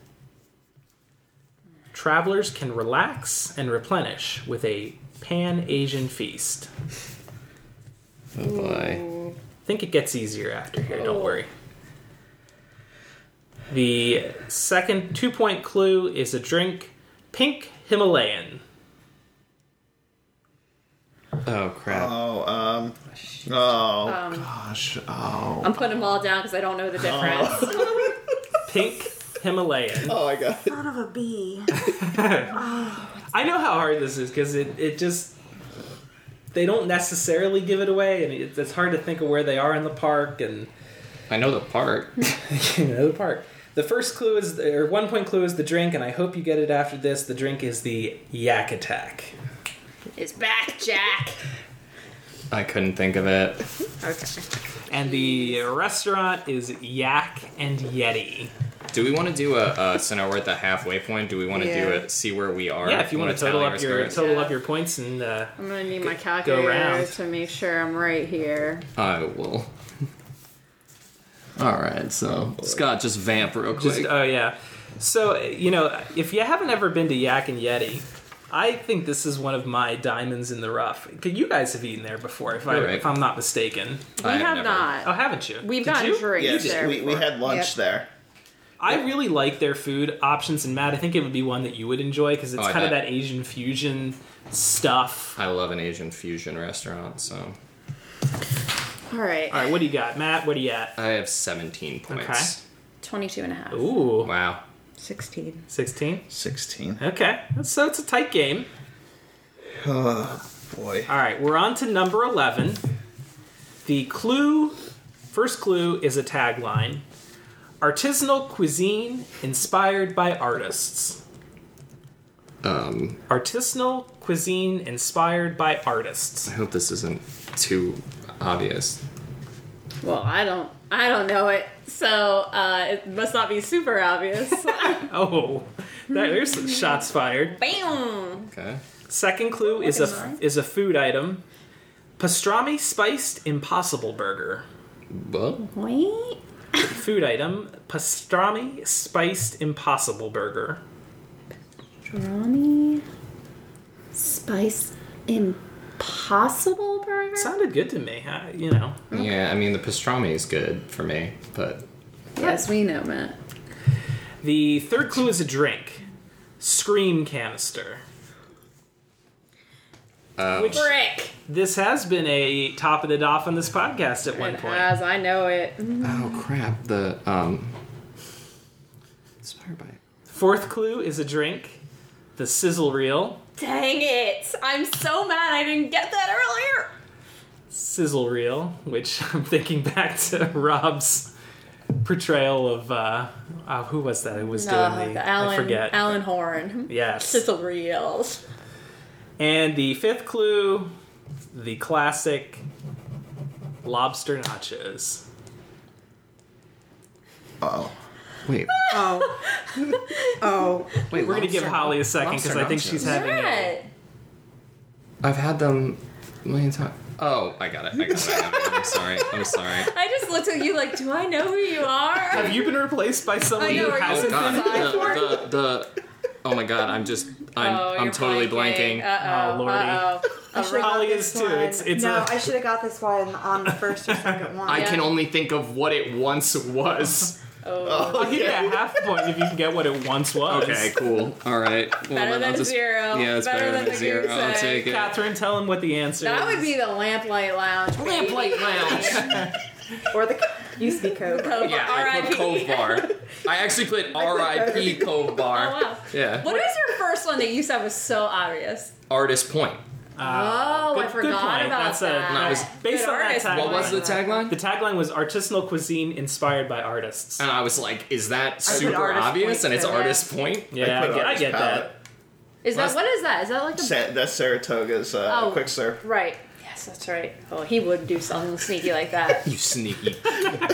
D: Travelers can relax and replenish with a pan-Asian feast.
E: Oh boy.
D: I think it gets easier after here. Don't worry. The second two-point clue is a drink: pink Himalayan.
E: Oh crap.
C: Oh, um. Oh,
A: Um,
C: gosh. Oh.
A: I'm putting them all down because I don't know the difference.
E: Oh.
D: Pink Himalayan.
C: Oh, I got it.
B: Out of a bee.
D: I know how hard this is because it, it just they don't necessarily give it away, and it, it's hard to think of where they are in the park and
E: I know the part.
D: you know the park. The first clue is or one point clue is the drink, and I hope you get it after this. The drink is the Yak Attack.
A: It's back, Jack.
E: I couldn't think of it.
A: Okay.
D: And the restaurant is Yak and Yeti.
E: Do we want to do a uh, since we're at the halfway point? Do we want to
B: Yeah.
E: do it? See where we are.
D: Yeah, if you want
E: Wanna
D: to total
E: tally our
D: up your
E: scores?
D: total
A: Yeah.
D: up your points and uh,
A: I'm gonna need my
D: round.
A: calculator to make sure I'm right here.
E: I will. All right, so Scott, just vamp real quick.
D: Just, oh yeah. So you know, if you haven't ever been to Yak and Yeti, I think this is one of my diamonds in the rough. 'Cause You guys have eaten there before, if, I,
E: You're right.
D: if I'm not mistaken.
A: We
E: I have
A: have
E: never-
A: not.
D: Oh, haven't you?
A: We've
D: Did
A: gotten
D: you?
A: drinks
C: Yes,
A: there.
C: we, we
A: before.
C: had lunch
B: Yep.
C: there.
D: I really like their food options, and Matt, I think it would be one that you would enjoy because it's
E: Oh, I
D: kind of
E: bet.
D: that Asian fusion stuff.
E: I love an Asian fusion restaurant, so
A: All right.
D: All right, what do you got, Matt? What do you at?
E: I have 17 points.
A: 22 and a half.
D: Ooh,
E: Wow.
B: 16.
D: sixteen.
C: 16.
D: Okay, so it's a tight game.
C: Boy.
D: All right, we're on to number 11. The clue, first clue is a tagline Artisanal cuisine inspired by artists.
E: Um,
D: Artisanal cuisine inspired by artists.
E: I hope this isn't too obvious.
A: Well, I don't. I don't know it, so uh, it must not be super obvious.
D: Oh, that, there's some shots fired.
A: Bam!
E: Okay.
D: Second clue is a, is a food item pastrami spiced impossible burger.
E: Well,
A: Wait.
D: Food item pastrami spiced impossible burger.
A: Ronnie Spice Impossible Burger?
D: Sounded good to me. I, you know,
E: yeah, I mean the pastrami is good for me, but
A: Yes, we know, Matt.
D: the third clue is a drink, scream canister. Which
A: Brick!
D: this has been a top of the doff on this podcast at one
A: And
D: point.
A: as I know it.
E: oh crap, the um inspired by
D: Fourth clue is a drink, the sizzle reel.
A: Dang it! I'm so mad I didn't get that earlier!
D: sizzle reel, which I'm thinking back to Rob's portrayal of uh, uh who was that who was doing the
A: Alan,
D: I forget.
A: Alan Horn.
D: Yes.
A: Sizzle reels.
D: And the fifth clue, the classic lobster nachos.
C: Oh,
E: wait.
B: Oh. oh.
E: Wait,
D: We're gonna give Holly a second because
E: lobster
D: I think she's
E: nachos.
D: having a
E: I've had them a million times. Oh, I got it. I got it. I got it. I'm sorry. I'm sorry.
A: I just looked at you like, do I know who you are?
D: Have you been replaced by someone
A: I know,
D: who
A: are you
E: Oh
D: hasn't
E: god.
D: been?
E: The, the, the oh my god, I'm just I'm
A: Oh,
E: I'm
A: you're Uh,
E: totally blanking.
A: Uh-oh,
D: Oh, lordy.
A: Uh-oh.
B: I should've
D: Holly
B: got
D: is
B: this
D: too.
B: one.
D: It's- it's
B: no,
D: a-
B: I should have got this one on the first or second one.
E: I
A: Yeah.
E: can only think of what it once was.
A: Oh.
D: I'll give you a half point if you can get what it once was.
E: Okay, cool. All right. Well,
A: Better
E: then I'll
A: than
E: just-
A: zero.
E: Yeah, it's
A: Better
E: better,
A: than
E: than,
A: the
E: zero.
A: goose
E: I'll
A: egg.
E: take it.
D: Catherine, tell him what the answer
A: That
D: is.
A: would be the Lamplight Lounge.
E: Lamplight Lounge.
B: Or the used to be Cobra.
A: Cove,
E: yeah, I put
A: R.I.P.
E: Cove Bar. I actually put R.I.P. E Cove Bar.
A: Oh, wow.
E: Yeah.
A: What was your first one that you said was so obvious?
E: Artist Point.
A: Oh, I
D: Uh, good- good
A: forgot
D: point.
A: about
D: That's a-
A: that.
E: no, it was-
D: based
A: Good
D: on that
A: artist
D: time-
E: What was the
A: point.
D: The
E: tagline?
D: tagline was artisanal cuisine inspired by artists.
E: And I was like, is that
B: put
E: super
B: Artist
E: obvious?
B: Point
E: And it's
B: too.
E: Artist Point?
D: yeah, I
C: put
D: get, I
C: Artist
D: get
C: Palette.
D: that.
A: Is that
E: Last-
A: what is that? Is that like a
C: Sa- that's Saratoga's uh,
A: Oh.
C: quick serve.
A: right? Yes, that's right. Oh, he would do something sneaky like that.
E: You sneaky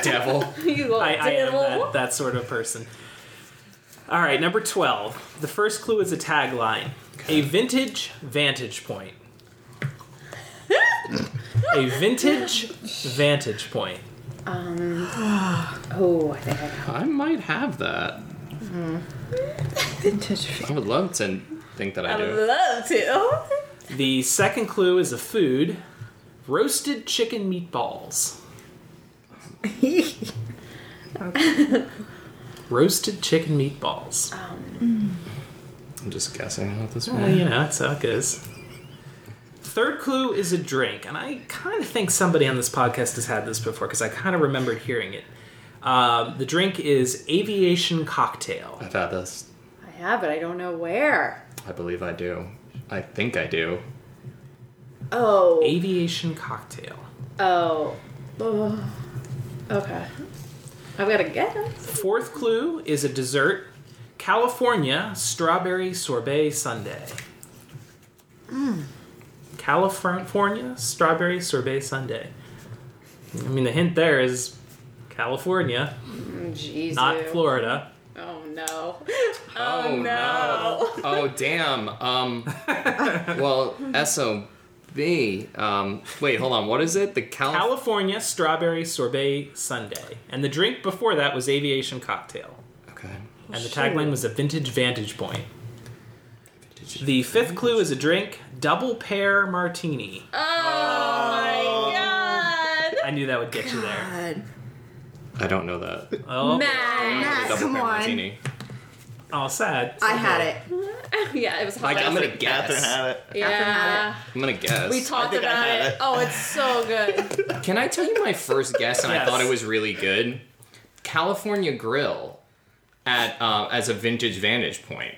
E: devil.
A: you little
D: I, I am
A: devil.
D: that, that sort of person. All right, number 12. The first clue is a tagline A vintage vantage point. a vintage vantage point.
A: Oh, I think I
E: I might have that.
B: Vintage.
E: I would love to think that I
A: I would
E: do.
A: love to. Oh.
D: The second clue is a food roasted chicken meatballs. Roasted chicken meatballs.
E: I'm just guessing at this
D: Well,
E: one.
D: you know, that's how it goes. Third clue is a drink, and I kind of think somebody on this podcast has had this before because I kind of remembered hearing it. Um, the drink is aviation cocktail.
E: I've had this.
A: I have it. I don't know where.
E: I believe I do. I think I do.
A: Oh.
D: Aviation cocktail.
A: Oh. Oh. Okay. I've got to guess.
D: Fourth clue is a dessert, California strawberry sorbet sundae. California strawberry sorbet sundae. I mean, the hint there is California,
A: Jeez.
D: not
A: dude.
D: Florida.
A: Oh no.
E: Oh,
A: no.
E: oh damn. Um. Well, SOB. Um. Wait, hold on. What is it? The Cal.
D: California strawberry sorbet sundae. And the drink before that was aviation cocktail.
E: okay.
D: And the tagline was a vintage vantage point. The fifth clue is a drink, double pear martini.
A: Oh my god.
D: I knew that would get you there.
B: God.
E: I don't know that.
D: Oh,
A: Matt.
B: Matt,
E: Double
B: come
E: pear
B: on.
E: martini.
D: all sad.
B: I had it.
A: yeah, it was hot.
E: Like I'm gonna
C: Catherine
E: guess.
C: had it.
A: yeah.
E: I'm gonna guess.
A: We talked
C: think I
A: about
C: had
A: it.
C: it.
A: Oh, it's so good.
E: Can I tell you my first guess? And
D: Yes.
E: I thought it was really good. California Grill, at uh, as a vintage vantage point.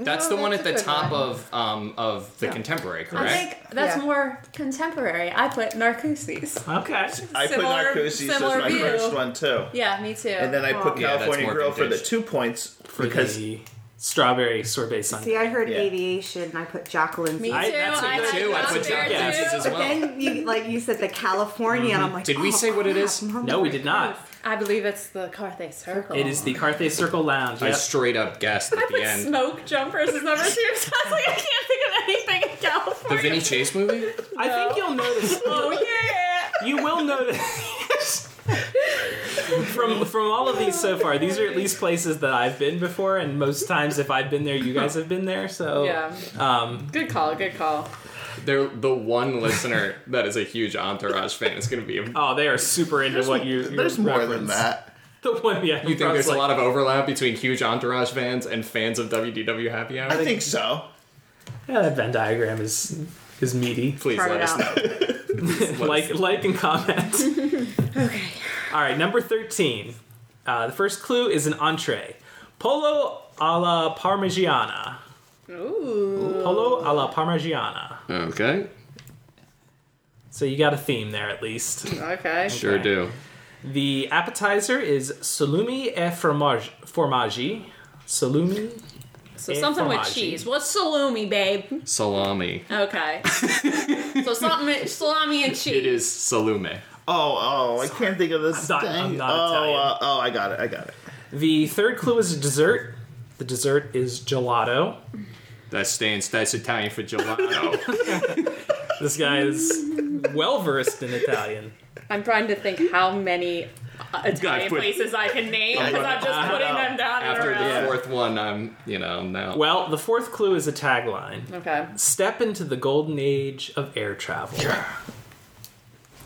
E: That's
A: No,
E: the one
A: that's
E: at the
A: a good
E: top
A: one.
E: of um of the contemporary,
A: I
E: correct?
A: think that's
B: Yeah.
A: more contemporary. I put Narcooses.
D: Okay.
C: I put
A: Similar-
C: Narcosis as
A: similar
C: my
A: view.
C: first one too.
A: Yeah, me too.
C: And then I put
E: Yeah, that's
C: California
E: more
C: Grill for the
E: vintage.
C: two points
D: For
C: because
D: the strawberry sorbet sundae.
B: See, I heard
C: Yeah.
B: aviation and I put Jacqueline.
A: me too.
D: I- that's it
A: I had
E: too. I put
A: John's there,
D: Jack
A: too.
E: Daniels as
B: But
E: well. Mm-hmm.
B: then you like you said the California and I'm like
E: Did we
B: oh,
E: say what it is?
B: crap,
D: No, we did not.
A: I believe it's the Carthay Circle.
D: It is the Carthay Circle Lounge.
E: I
D: Yep.
E: straight up guessed at
A: I
E: the
A: put
E: end.
A: smoke jumpers as number two. So I was like, I can't think of anything in
E: The
A: California.
E: Vinny Chase movie?
D: I think you'll notice. oh
A: yeah.
D: you will notice from from all of these so far these are at least places that i've been before and most times if i've been there you guys have been there so
A: Yeah.
D: um
A: Good call. Good call.
E: They're the one listener that is a huge Entourage fan. It's going to be. You
D: oh they are super into what you you
C: There's more than
D: reference.
C: that.
D: the one yeah you
E: think there's a lot of overlap between huge Entourage fans and fans of WDW Happy Hour?
C: I think so.
D: yeah that venn diagram is is meaty
E: Please
B: Chart
E: let
B: it
E: us know.
B: out.
D: like like and comment okay all right number 13 uh, the first clue is an entree polo alla parmigiana
A: Ooh.
D: polo alla parmigiana
E: Okay,
D: So you got a theme there at least.
A: Okay.
E: sure
D: Okay.
E: do.
D: The appetizer is salumi e fromage, formaggi. Salumi.
A: So
D: And
A: something with
D: fromage.
A: cheese. What's salumi, babe?
E: Salami.
A: Okay. so something salami and cheese.
E: It is salume.
C: Oh, oh, I can't think of this
D: I'm not-
C: thing.
D: I'm not
C: oh,
D: Italian.
C: uh, oh, I got it. I got it.
D: The third clue is a dessert. The dessert is gelato.
E: That stands. That's Italian for gelato.
D: This guy is well versed in Italian.
A: I'm trying to think how many uh, Italian
E: put-
A: places I can name because
E: gonna-
A: I'm just
E: I
A: putting
E: know.
A: them down in
E: After
A: a row.
E: the fourth one, I'm you know now.
D: Well, the fourth clue is a tagline.
A: Okay.
D: Step into the golden age of air travel.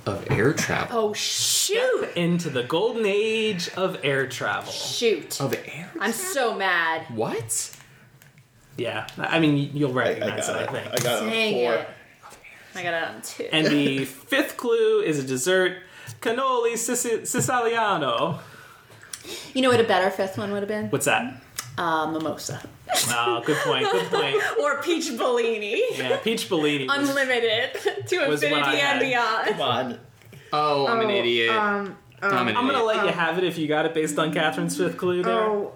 E: of air travel.
A: Oh shoot!
D: Into the golden age of air travel.
A: Shoot!
E: Of air.
A: I'm so mad.
E: What?
D: Yeah, I mean you'll
C: I, I got
D: recognize it,
C: it.
D: I think.
C: I got it.
A: Dang
C: Uh, Four.
A: it! I got a two.
D: And the fifth clue is a dessert, cannoli Sici- siciliano.
A: you know what a better fifth one would have been?
D: What's that?
A: Uh, mimosa
D: Oh, good point. Good point.
A: or peach Bellini.
D: Yeah, peach Bellini. was-
A: Unlimited to
D: Was what I
A: infinity and
D: had.
A: beyond.
C: Come on.
E: Oh, I'm an idiot.
B: Um,
E: I'm an
D: I'm
E: idiot.
D: gonna let you have it if you got it based on Catherine's fifth clue there.
B: oh,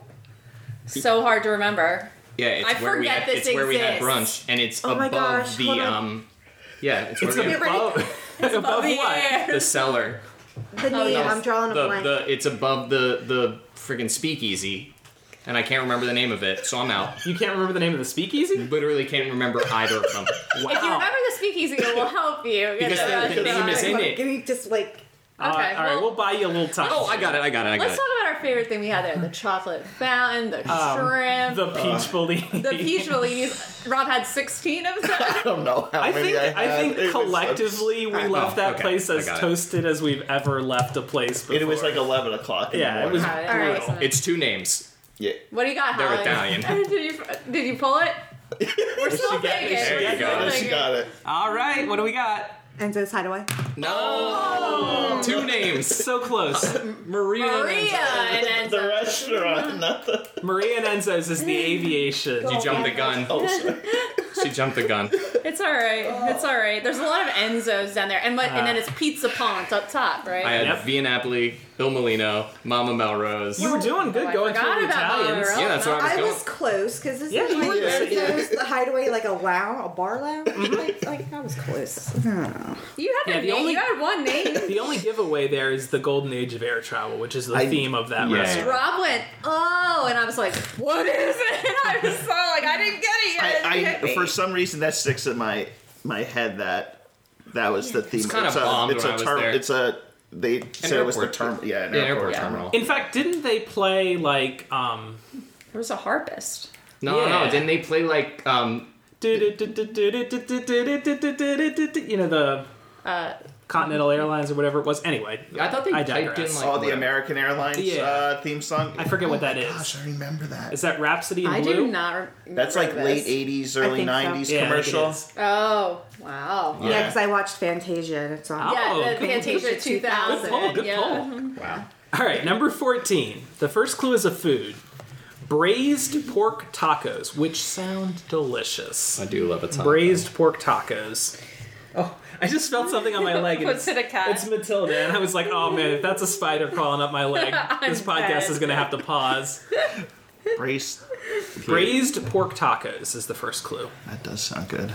A: So hard to remember.
E: yeah, it's
A: I
E: where we
A: forget
E: had,
A: this
E: it's where we had
A: exists.
E: brunch, and it's
B: Oh my
E: above
B: gosh,
E: the
B: hold on.
E: um. Yeah, it's,
D: it's
E: where we had,
D: above, above
A: Above the
D: what?
A: air.
E: the cellar.
B: the name.
A: yes.
B: I'm drawing a
E: The,
B: blank.
E: the it's above the the friggin' speakeasy, and I can't remember the name of it, so I'm out.
D: You can't remember the name of the speakeasy?
E: Literally can't remember either of them.
D: Wow.
A: If you remember the speakeasy, it will help you.
E: Because
A: get
E: the- the
A: rest
E: name
A: of
E: is
A: it.
E: in
B: Hold on,
E: it.
B: Give me just like
D: Uh, all right,
A: Okay,
D: all right,
A: well-
D: we'll buy you a little time.
E: Oh, I got it! I got it! I got
A: Let's
E: it!
A: talk about our favorite thing we had there: the chocolate fountain, the
D: Um,
A: shrimp,
D: The
C: Uh,
D: peach Bellini.
A: the peach Bellinis. Rob had 16 of them.
C: I don't know how
D: I
C: many
D: think
C: I,
D: I,
C: had. It
D: think
C: was
D: collectively we
C: I-
D: left
E: oh,
D: that
E: okay,
D: place
E: I
D: as
E: got it.
D: toasted as we've ever left a place before.
C: It, was like 11 o'clock. In
D: Yeah,
C: the
D: it was
C: morning.
A: Alright,
D: brutal.
A: alright, so-
E: It's two names.
C: Yeah.
A: What do you got,
E: They're
A: Holly?
E: Italian.
A: did you did you pull it? We're still
D: got it.
A: thinking.
D: She
A: We're still
E: got it.
C: Yes,
A: thinking.
C: you got it.
D: All right, what do we got?
B: Enzo's Hideaway.
E: No, two names.
D: So close.
E: Maria.
A: Maria and
C: The
A: Enzo.
C: restaurant, not the.
D: Maria and Enzo's is
A: Mm.
D: the aviation.
E: She jumped the gun.
C: Oh, sorry.
E: She jumped the gun.
A: It's all right. It's all right. There's a lot of Enzos down there, and but, and then it's Pizza Pont up top, right?
E: I had
D: Yep.
E: Via Napoli, Il Molino, Mama Melrose.
D: You were doing good
A: Oh, I
D: going
A: forgot
D: through the
A: about
D: Italians.
A: Monterey.
E: yeah, that's where I was
B: I
E: going.
B: was close because this
D: Yeah,
B: is
D: you
B: like
D: were.
B: Enzo's the Hideaway, like a lounge, a bar lounge.
E: Mm-hmm.
B: like, like I was close.
A: you had
D: Yeah,
A: a
D: the
A: name.
D: only-
A: You had one name.
D: The only giveaway there is the golden age of air travel, which is the
C: I-
D: theme of that
E: yeah.
D: restaurant.
A: Rob went, oh, and I was like, what is it? I was so like, I didn't get it. Yet. It
C: I,
A: hit
C: I,
A: me.
C: for some reason, that sticks in my my head. That that was the theme.
E: kinda
C: a-
E: bombed
C: It's
E: when
C: a
E: I was
C: term.
E: there.
C: It's a. They said it was the
E: airport.
C: term. Yeah, an
E: Yeah, airport
A: Yeah.
E: terminal.
D: In fact, didn't they play like um
A: there was a harpist.
E: No,
D: Yeah.
E: no. Didn't they play like um?
D: you know the
A: Uh,
D: Continental Airlines or whatever it was? Anyway,
E: I thought they
D: I
E: typed in
D: digress.
E: like
C: Oh, the
E: whatever.
C: American Airlines
D: Yeah.
C: uh, theme song.
D: I forget what that
C: Oh Gosh,
D: is.
C: I remember that.
D: Is that Rhapsody in
A: I
D: Blue?
A: do not remember.
C: That's like late
A: this.
C: '80s, early
B: think so.
C: '90s
D: Yeah, I think it
C: commercial.
D: is.
A: Oh, wow.
B: Yeah, because I watched Fantasia and it's on.
D: Oh.
A: Yeah, the
D: good-
A: Fantasia 2000.
D: Good poll, good
A: yeah.
D: poll.
C: Wow.
D: All right, number 14. The first clue is a food. Braised pork tacos, which sound delicious.
E: I do love a taco.
D: braised pork tacos. Oh, I just felt something on my leg. And
A: Was
D: it's,
A: it a cat?
D: it's Matilda, and I was like, "Oh man, if that's a spider crawling up my leg, this
A: I'm
D: podcast
A: dead.
D: is going to have to pause."
C: Brace.
D: Braised pork tacos is the first clue.
C: That does sound good.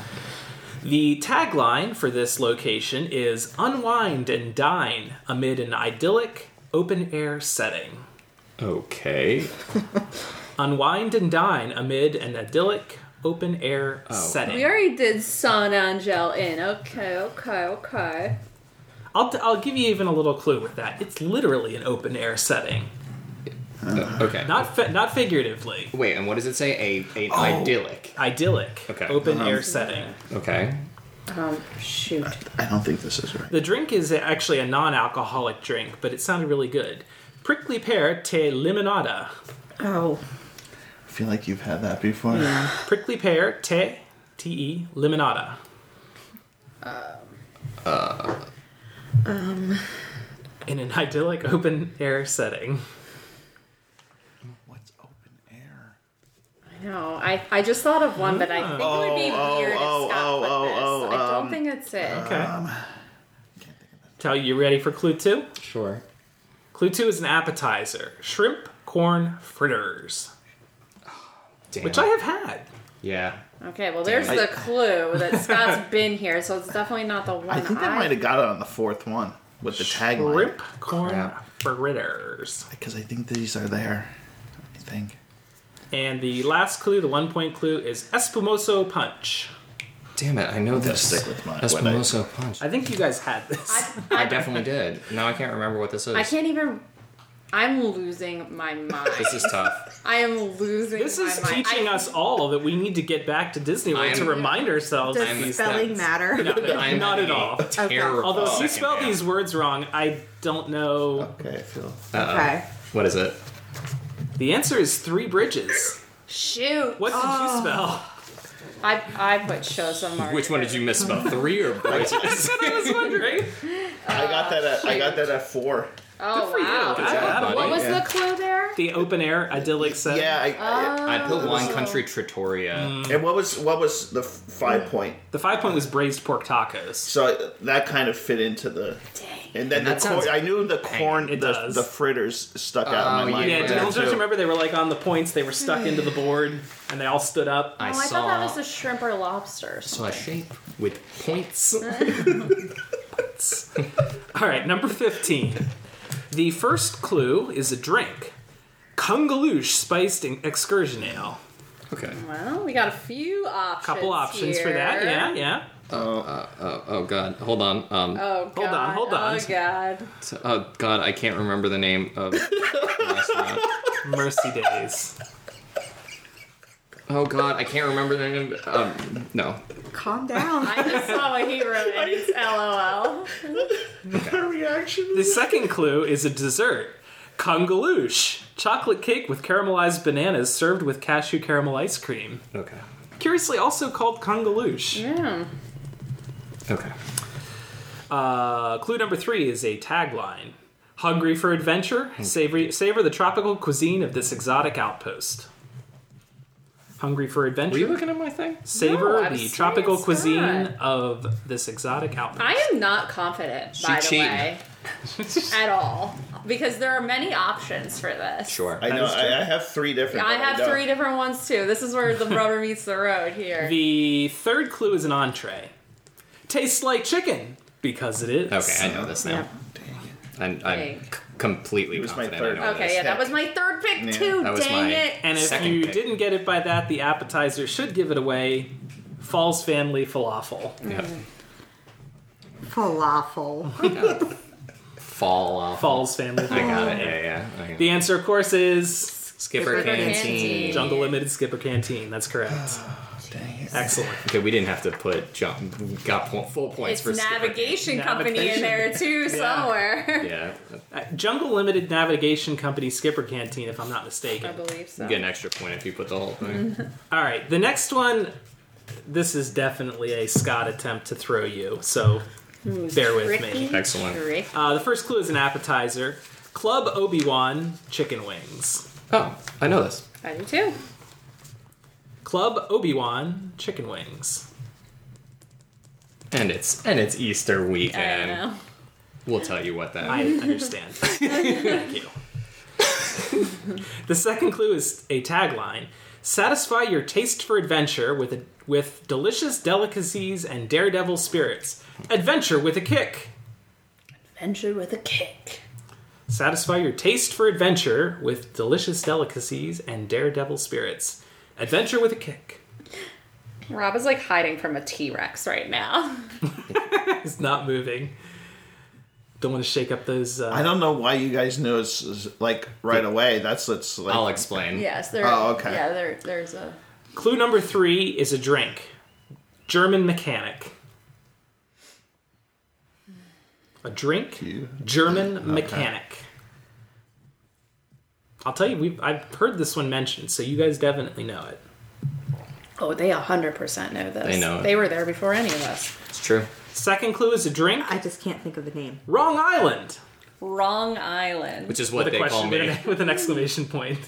D: The tagline for this location is "Unwind and dine amid an idyllic open air setting."
E: Okay.
D: Unwind and dine amid an idyllic open air setting.
A: We already did San Angel Inn. Okay, okay, okay.
D: I'll, I'll give you even a little clue with that. It's literally an open air setting,
E: Okay.
D: not fi- not figuratively.
E: Wait, and what does it say? A
C: Oh.
E: an idyllic.
D: Idyllic.
E: Okay.
D: Open air setting.
E: Okay.
A: Um, shoot.
C: I don't think this is right.
D: The drink is actually a non alcoholic drink, but it sounded really good. Prickly pear te limonada.
A: Oh,
C: I feel like you've had that before.
D: Prickly pear te, T E, limonada. Um. In an idyllic open air setting.
C: What's open air?
A: I know. I, I just thought of one, but I think it would be weird
C: oh,
A: if Scott
C: oh,
A: put
C: oh,
A: this.
C: oh,
A: I don't
C: um,
A: think it's it.
D: Okay. Tell you ready for clue two?
E: Sure.
D: Clue two is an appetizer shrimp corn fritters,
E: Damn.
D: which I have had.
E: Yeah.
A: Okay, well, there's
C: I-
A: the clue that Scott's been here, so it's definitely not the one
C: I think I might have got it on the fourth one with the tagline.
D: Shrimp corn
E: Crap.
D: fritters.
C: Because I think these are there. I think.
D: And the last clue, the one point clue, is Espumoso Punch.
E: Damn it! I know this.
C: stick with my- what I-
E: Espumoso punch.
D: I
E: I,
D: think you guys had this.
A: I, I,
E: definitely did. Now I can't remember what this is.
A: I can't even. I'm losing my mind.
E: This is tough.
A: I am losing.
D: This
A: my
D: is
A: mind.
D: teaching
A: I-
D: us all that we need to get back to Disney World
E: I
D: to
E: am-
D: remind ourselves.
B: Does
E: I'm-
B: spelling
E: that's-
B: matter?
D: No, no,
E: I'm
D: not at
E: a
D: all.
E: Terrible.
D: Although if you
E: second
D: spell
E: hand.
D: these words wrong, I don't know.
C: Okay, I feel.
E: Uh-oh.
B: Okay.
E: What is it?
D: The answer is three bridges.
A: Shoot.
D: What did you spell?
A: I I put Shosa Mark.
E: Which one did you miss? About three or
D: That's what I was wondering.
C: I got that. At, I got that at four.
A: Oh wow.
D: Good job,
A: I-
D: buddy.
A: what was
C: Yeah.
A: the clue there?
D: The open air idyllic set.
C: Yeah. I,
E: I put wine country trattoria.
C: And what was what was the f- five point?
D: The five point was braised pork tacos.
C: So uh, that kind of fit into the. And then
E: And that
C: the cor-
E: sounds-
C: I knew the corn,
D: It
C: the,
D: does.
C: the fritters stuck out in
E: Oh,
C: my mind.
D: Yeah,
E: Yeah,
D: do you
E: too.
D: remember they were like on the points? They were stuck into the board, and they all stood up.
E: I
A: oh, I
E: saw
A: thought that was the shrimp or lobster.
E: saw a shape with points.
D: All right, number 15. The first clue is a drink Kungaloosh spiced in- excursion ale.
E: okay.
A: Well, we got a few options.
D: Couple options for that.
A: here.
D: Yeah, yeah.
E: Oh, oh god. Hold on. Um.
A: Oh god.
D: Hold on, hold on.
A: Oh god.
E: t- oh god. I can't remember the name of. the restaurant.
D: Mercy days.
E: Oh god. I can't remember the name. Um. No.
B: Calm down.
A: I just saw what he wrote. and It's LOL.
C: My reaction.
D: The second clue is a dessert Kungaloosh, chocolate cake with caramelized bananas served with cashew caramel ice cream.
E: Okay.
D: Curiously, also called
E: Mm.
D: Kungaloosh.
A: Yeah.
E: Okay.
D: Uh, clue number three is a tagline Hungry for adventure?
E: Hmm.
D: Savor, savor the tropical cuisine of this exotic outpost. Hungry for adventure?
E: Were you looking at my thing?
A: No,
D: savor
A: I'm
D: the
A: serious,
D: tropical
A: Scott.
D: cuisine of this exotic outpost.
A: I am not confident, by the
E: cheating.
A: way, at all, because there are many options for this.
E: Sure.
C: I know.
D: is true.
C: I, I have three different.
A: I
C: but
A: have
C: don't.
A: three different ones too. This is where the rubber meets the road here.
D: The third clue is an entree. Tastes like chicken because it is.
E: Okay. I know this now. I'm, I'm
A: Dang.
E: c- completely
C: was my
E: confident.
C: third.
E: I know
A: okay,
E: this.
A: yeah, that
C: heck.
A: was my third pick
C: Yeah,
A: too.
E: that was
A: Dang
E: my-
A: it!
D: And if
E: Second
D: you
E: pick.
D: didn't get it by that, the appetizer should give it away. Falls family falafel.
E: Yeah.
B: Falafel.
E: Fall off.
D: Falls family falafel.
E: I got it. Yeah, yeah. I got it.
D: The answer, of course, is
E: Skipper
A: Skipper
E: canteen.
A: Canteen.
D: Jungle Limited Skipper Canteen. That's correct.
C: Dang it.
D: Excellent.
E: Okay, we didn't have to put jump. We got po- full
A: It's
E: points for Skipper
A: navigation company
D: Navigation.
A: in there too somewhere.
E: Canteen. Yeah,
D: Uh, Jungle Limited Navigation Company Skipper Canteen, if I'm not mistaken.
A: I believe so.
E: you get an extra point if you put the whole thing.
A: Mm-hmm.
D: All right, the next one. This is definitely a Scott attempt to throw you, so bear with me.
A: tricky.
E: Excellent.
A: Rick-
D: Uh, the first clue is an appetizer: Club Obi Wan chicken wings.
E: Oh, I know this.
A: I do too.
D: Club Obi Wan chicken wings.
E: And it's and it's Easter
A: I
E: weekend.
A: know.
E: We'll tell you what that.
D: I understand. Thank you. the second clue is a tagline: Satisfy your taste for adventure with a, with delicious delicacies and daredevil spirits. Adventure with a kick.
A: Venture with a kick.
D: Satisfy your taste for adventure with delicious delicacies and daredevil spirits. Adventure with a kick.
A: Rob is like hiding from a T Rex right now.
D: It's not moving. Don't want to shake up those. Uh,
C: I don't know why you guys knew it's it's, like right away. That's what's like.
E: I'll explain.
A: Yes, there.
C: Oh, okay.
A: Yeah, there. There's a.
D: Clue number three is a drink. German mechanic. A drink.
C: You-
D: German mechanic. I'll tell you, we've, I've heard this one mentioned, so you guys definitely know it.
A: Oh, they hundred percent know this.
E: They know it.
A: They were there before any of us.
E: It's true.
D: Second clue is a drink.
B: I just can't think of the name.
D: Wrong island.
A: Wrong island.
E: Which is what
D: With a
E: they call
D: question with
E: me.
D: an, with an exclamation point.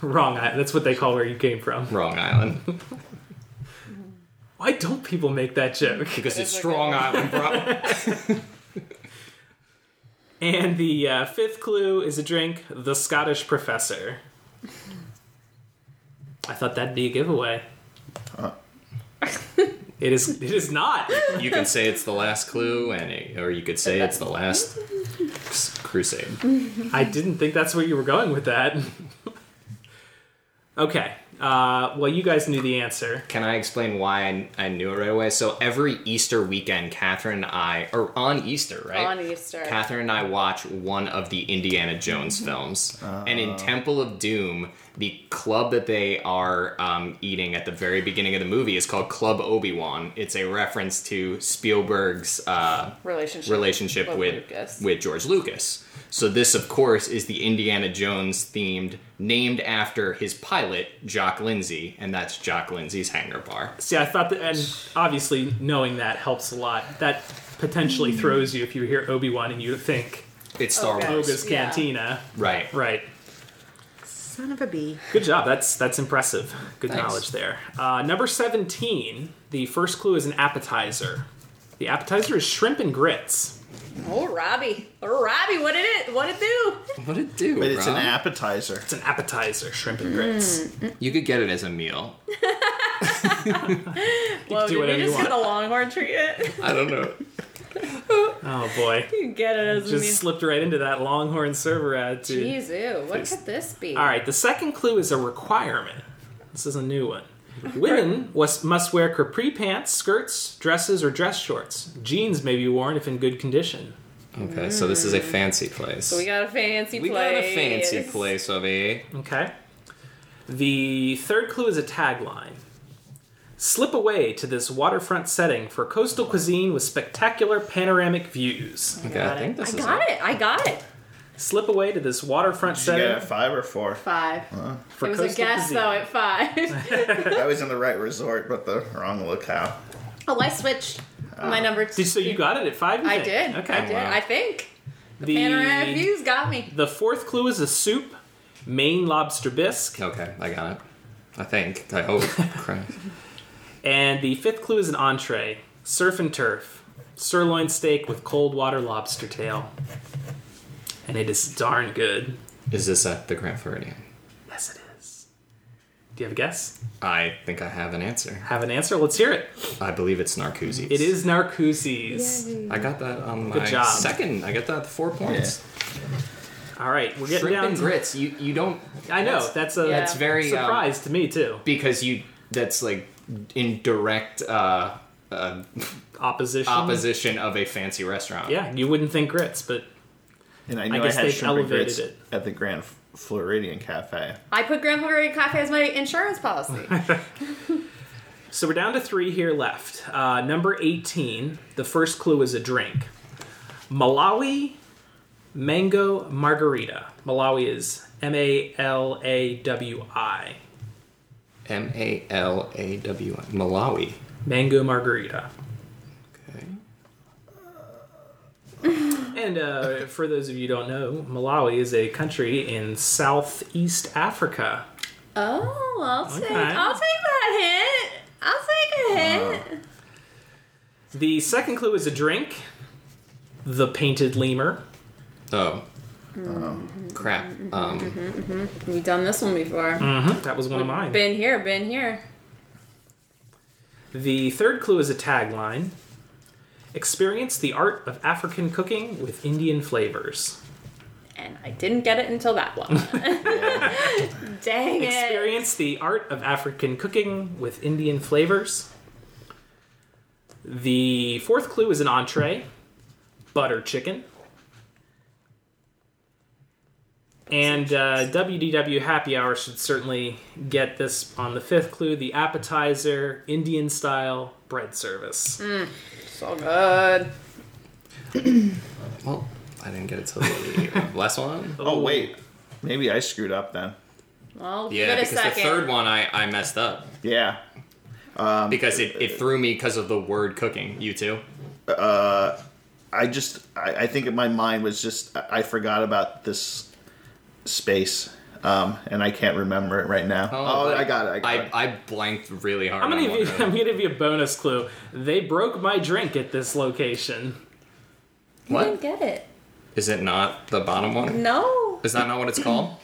D: Wrong island. That's what they call where you came from.
E: Wrong island.
D: Why don't people make that joke?
E: Because
A: It's
E: it's
A: like
E: Strong Island, bro.
D: And the uh, fifth clue is a drink, the Scottish Professor. I thought that'd be a giveaway. It is. It is not.
E: you can say it's the last clue, and it, or you could say it's the last s- crusade.
D: I didn't think that's where you were going with that. okay. Uh, well, you guys knew the answer.
E: Can I explain why I, I knew it right away? So every Easter weekend, Catherine and I, or on Easter, right?
A: On Easter.
E: Catherine and I watch one of the Indiana Jones films. and in Temple of Doom, the club that they are um, eating at the very beginning of the movie is called Club Obi Wan. It's a reference to Spielberg's uh,
A: relationship.
E: relationship
A: with
E: with
A: Lucas.
E: with George Lucas. So this, of course, is the Indiana Jones themed, named after his pilot Jock Lindsay, and that's Jock Lindsay's hangar bar.
D: See, I thought that, and obviously knowing that helps a lot. That potentially throws you if you hear Obi Wan and you think
E: It's Star
A: Okay.
E: Wars,
D: Bogus
A: Yeah.
D: Cantina.
E: right?
D: Right.
B: Son of a bee.
D: Good job. That's that's impressive. Good
E: Thanks.
D: knowledge there. Uh, number seventeen. The first clue is an appetizer. The appetizer is shrimp and grits.
A: Oh, Robbie. Oh, Robbie, what did it? What it do?
E: What it do?
C: But it's an
E: Rob?
C: appetizer.
D: It's an appetizer, shrimp and grits.
E: You could get it as a meal.
A: Whoa,
D: do
A: did
D: whatever
A: we
D: you
A: just
D: want.
A: get a Longhorn treatment?
E: I don't know.
D: Oh boy,
A: you get it as
D: just
A: a
D: slipped right into that Longhorn server attitude.
A: mean. Jeez, ew. What could this be?
D: All right, the second clue is a requirement. This is a new one. Women was, must wear capri pants, skirts, dresses, or dress shorts. Jeans may be worn if in good condition.
E: Okay, so this is a fancy place.
A: We got a fancy
E: We
A: place.
E: got a fancy place of a.
D: Okay. The third clue is a tagline. Slip away to this waterfront setting for coastal cuisine with spectacular panoramic views.
E: Okay, I, think this
A: I
E: is
A: got it. I got it.
D: Slip away to this waterfront
C: Did you
D: setting
C: get a five or four?
A: Five.
D: Uh, for
A: it was a
D: coastal
A: guess
D: cuisine.
A: though at five.
C: I was in the right resort, but the wrong locale.
A: oh, I switched my number. Two.
D: Uh, Did- so you got it at five? you
A: I
D: think?
A: did.
D: Okay.
A: I did.
E: Wow.
A: I think.
D: The,
A: Panoramic views got me.
D: the fourth clue is a soup, Maine lobster bisque,
E: Okay, I got it. I think. I hope. Christ.
D: and the fifth clue is an entree, surf and turf, sirloin steak with cold water lobster tail. And it is darn good.
E: Is this at the Grand Floridian?
D: Yes, it is. Do you have a guess?
E: I think I have an answer.
D: Have an answer? Let's hear it.
E: I believe it's Narcoosie's.
D: It is Narcoosie's.
E: I got that on
D: Good
E: my
D: job.
E: second. I got that four points.
D: All right, we're getting
E: Shrimp
D: down.
E: and grits. You you don't
D: To, I know that's a
A: That's
E: very, um,
D: surprise to me too.
E: because you that's like in direct uh,
D: Mm-hmm.
E: uh,
D: Opposition.
E: opposition of a fancy restaurant.
D: Yeah, you wouldn't think grits, but
C: And I knew I,
D: guess
C: had
D: they've
C: shrimp and
D: elevated
C: grits
D: it.
C: at the Grand Floridian Cafe.
A: I put Grandpa Grady Cafe as my insurance policy.
D: so we're down to three here left. Uh, number eighteen. The first clue is a drink. Malawi mango margarita. Malawi is M A L A W I.
E: M A L A W I Malawi.
D: Mango margarita.
E: Okay.
D: And uh, for those of you who don't know, Malawi is a country in Southeast Africa.
A: oh, I'll take.
D: Okay.
A: I'll take that hit. I'll take a hit.
D: The second clue is a drink. The painted lemur.
E: Oh.
C: Mm-hmm.
E: Crap. Um,
A: We've done this one before.
D: That was one of mine.
A: Been here. Been here.
D: The third clue is a tagline. Experience the art of African cooking with Indian flavors.
A: and I didn't get it until that one. Dang it.
D: Experience the art of African cooking with Indian flavors. The fourth clue is an entree, butter chicken. And uh, WDW Happy Hour should certainly get this on the fifth clue the appetizer, Indian style bread service.
E: Mm.
A: So good.
E: Well, I didn't get it till the uh, last one.
C: Oh wait, maybe I screwed up then.
A: Well,
E: Yeah,
A: give it a
E: because the
A: second.
E: third one I, I messed up
C: Yeah. Um,
E: because it, it threw me because of the word cooking. You too.
C: I just I, I think my mind was just I I forgot about this space. Um, and I can't remember it right now. Oh, I got it. I got it.
E: I, blanked really hard.
D: I'm gonna,
E: on one
D: give you,
E: of
D: I'm
E: them.
D: gonna give you a bonus clue. They broke my drink at this location.
A: You
E: What?
A: didn't get it.
E: Is it not the bottom one?
A: No.
E: Is that not what it's called?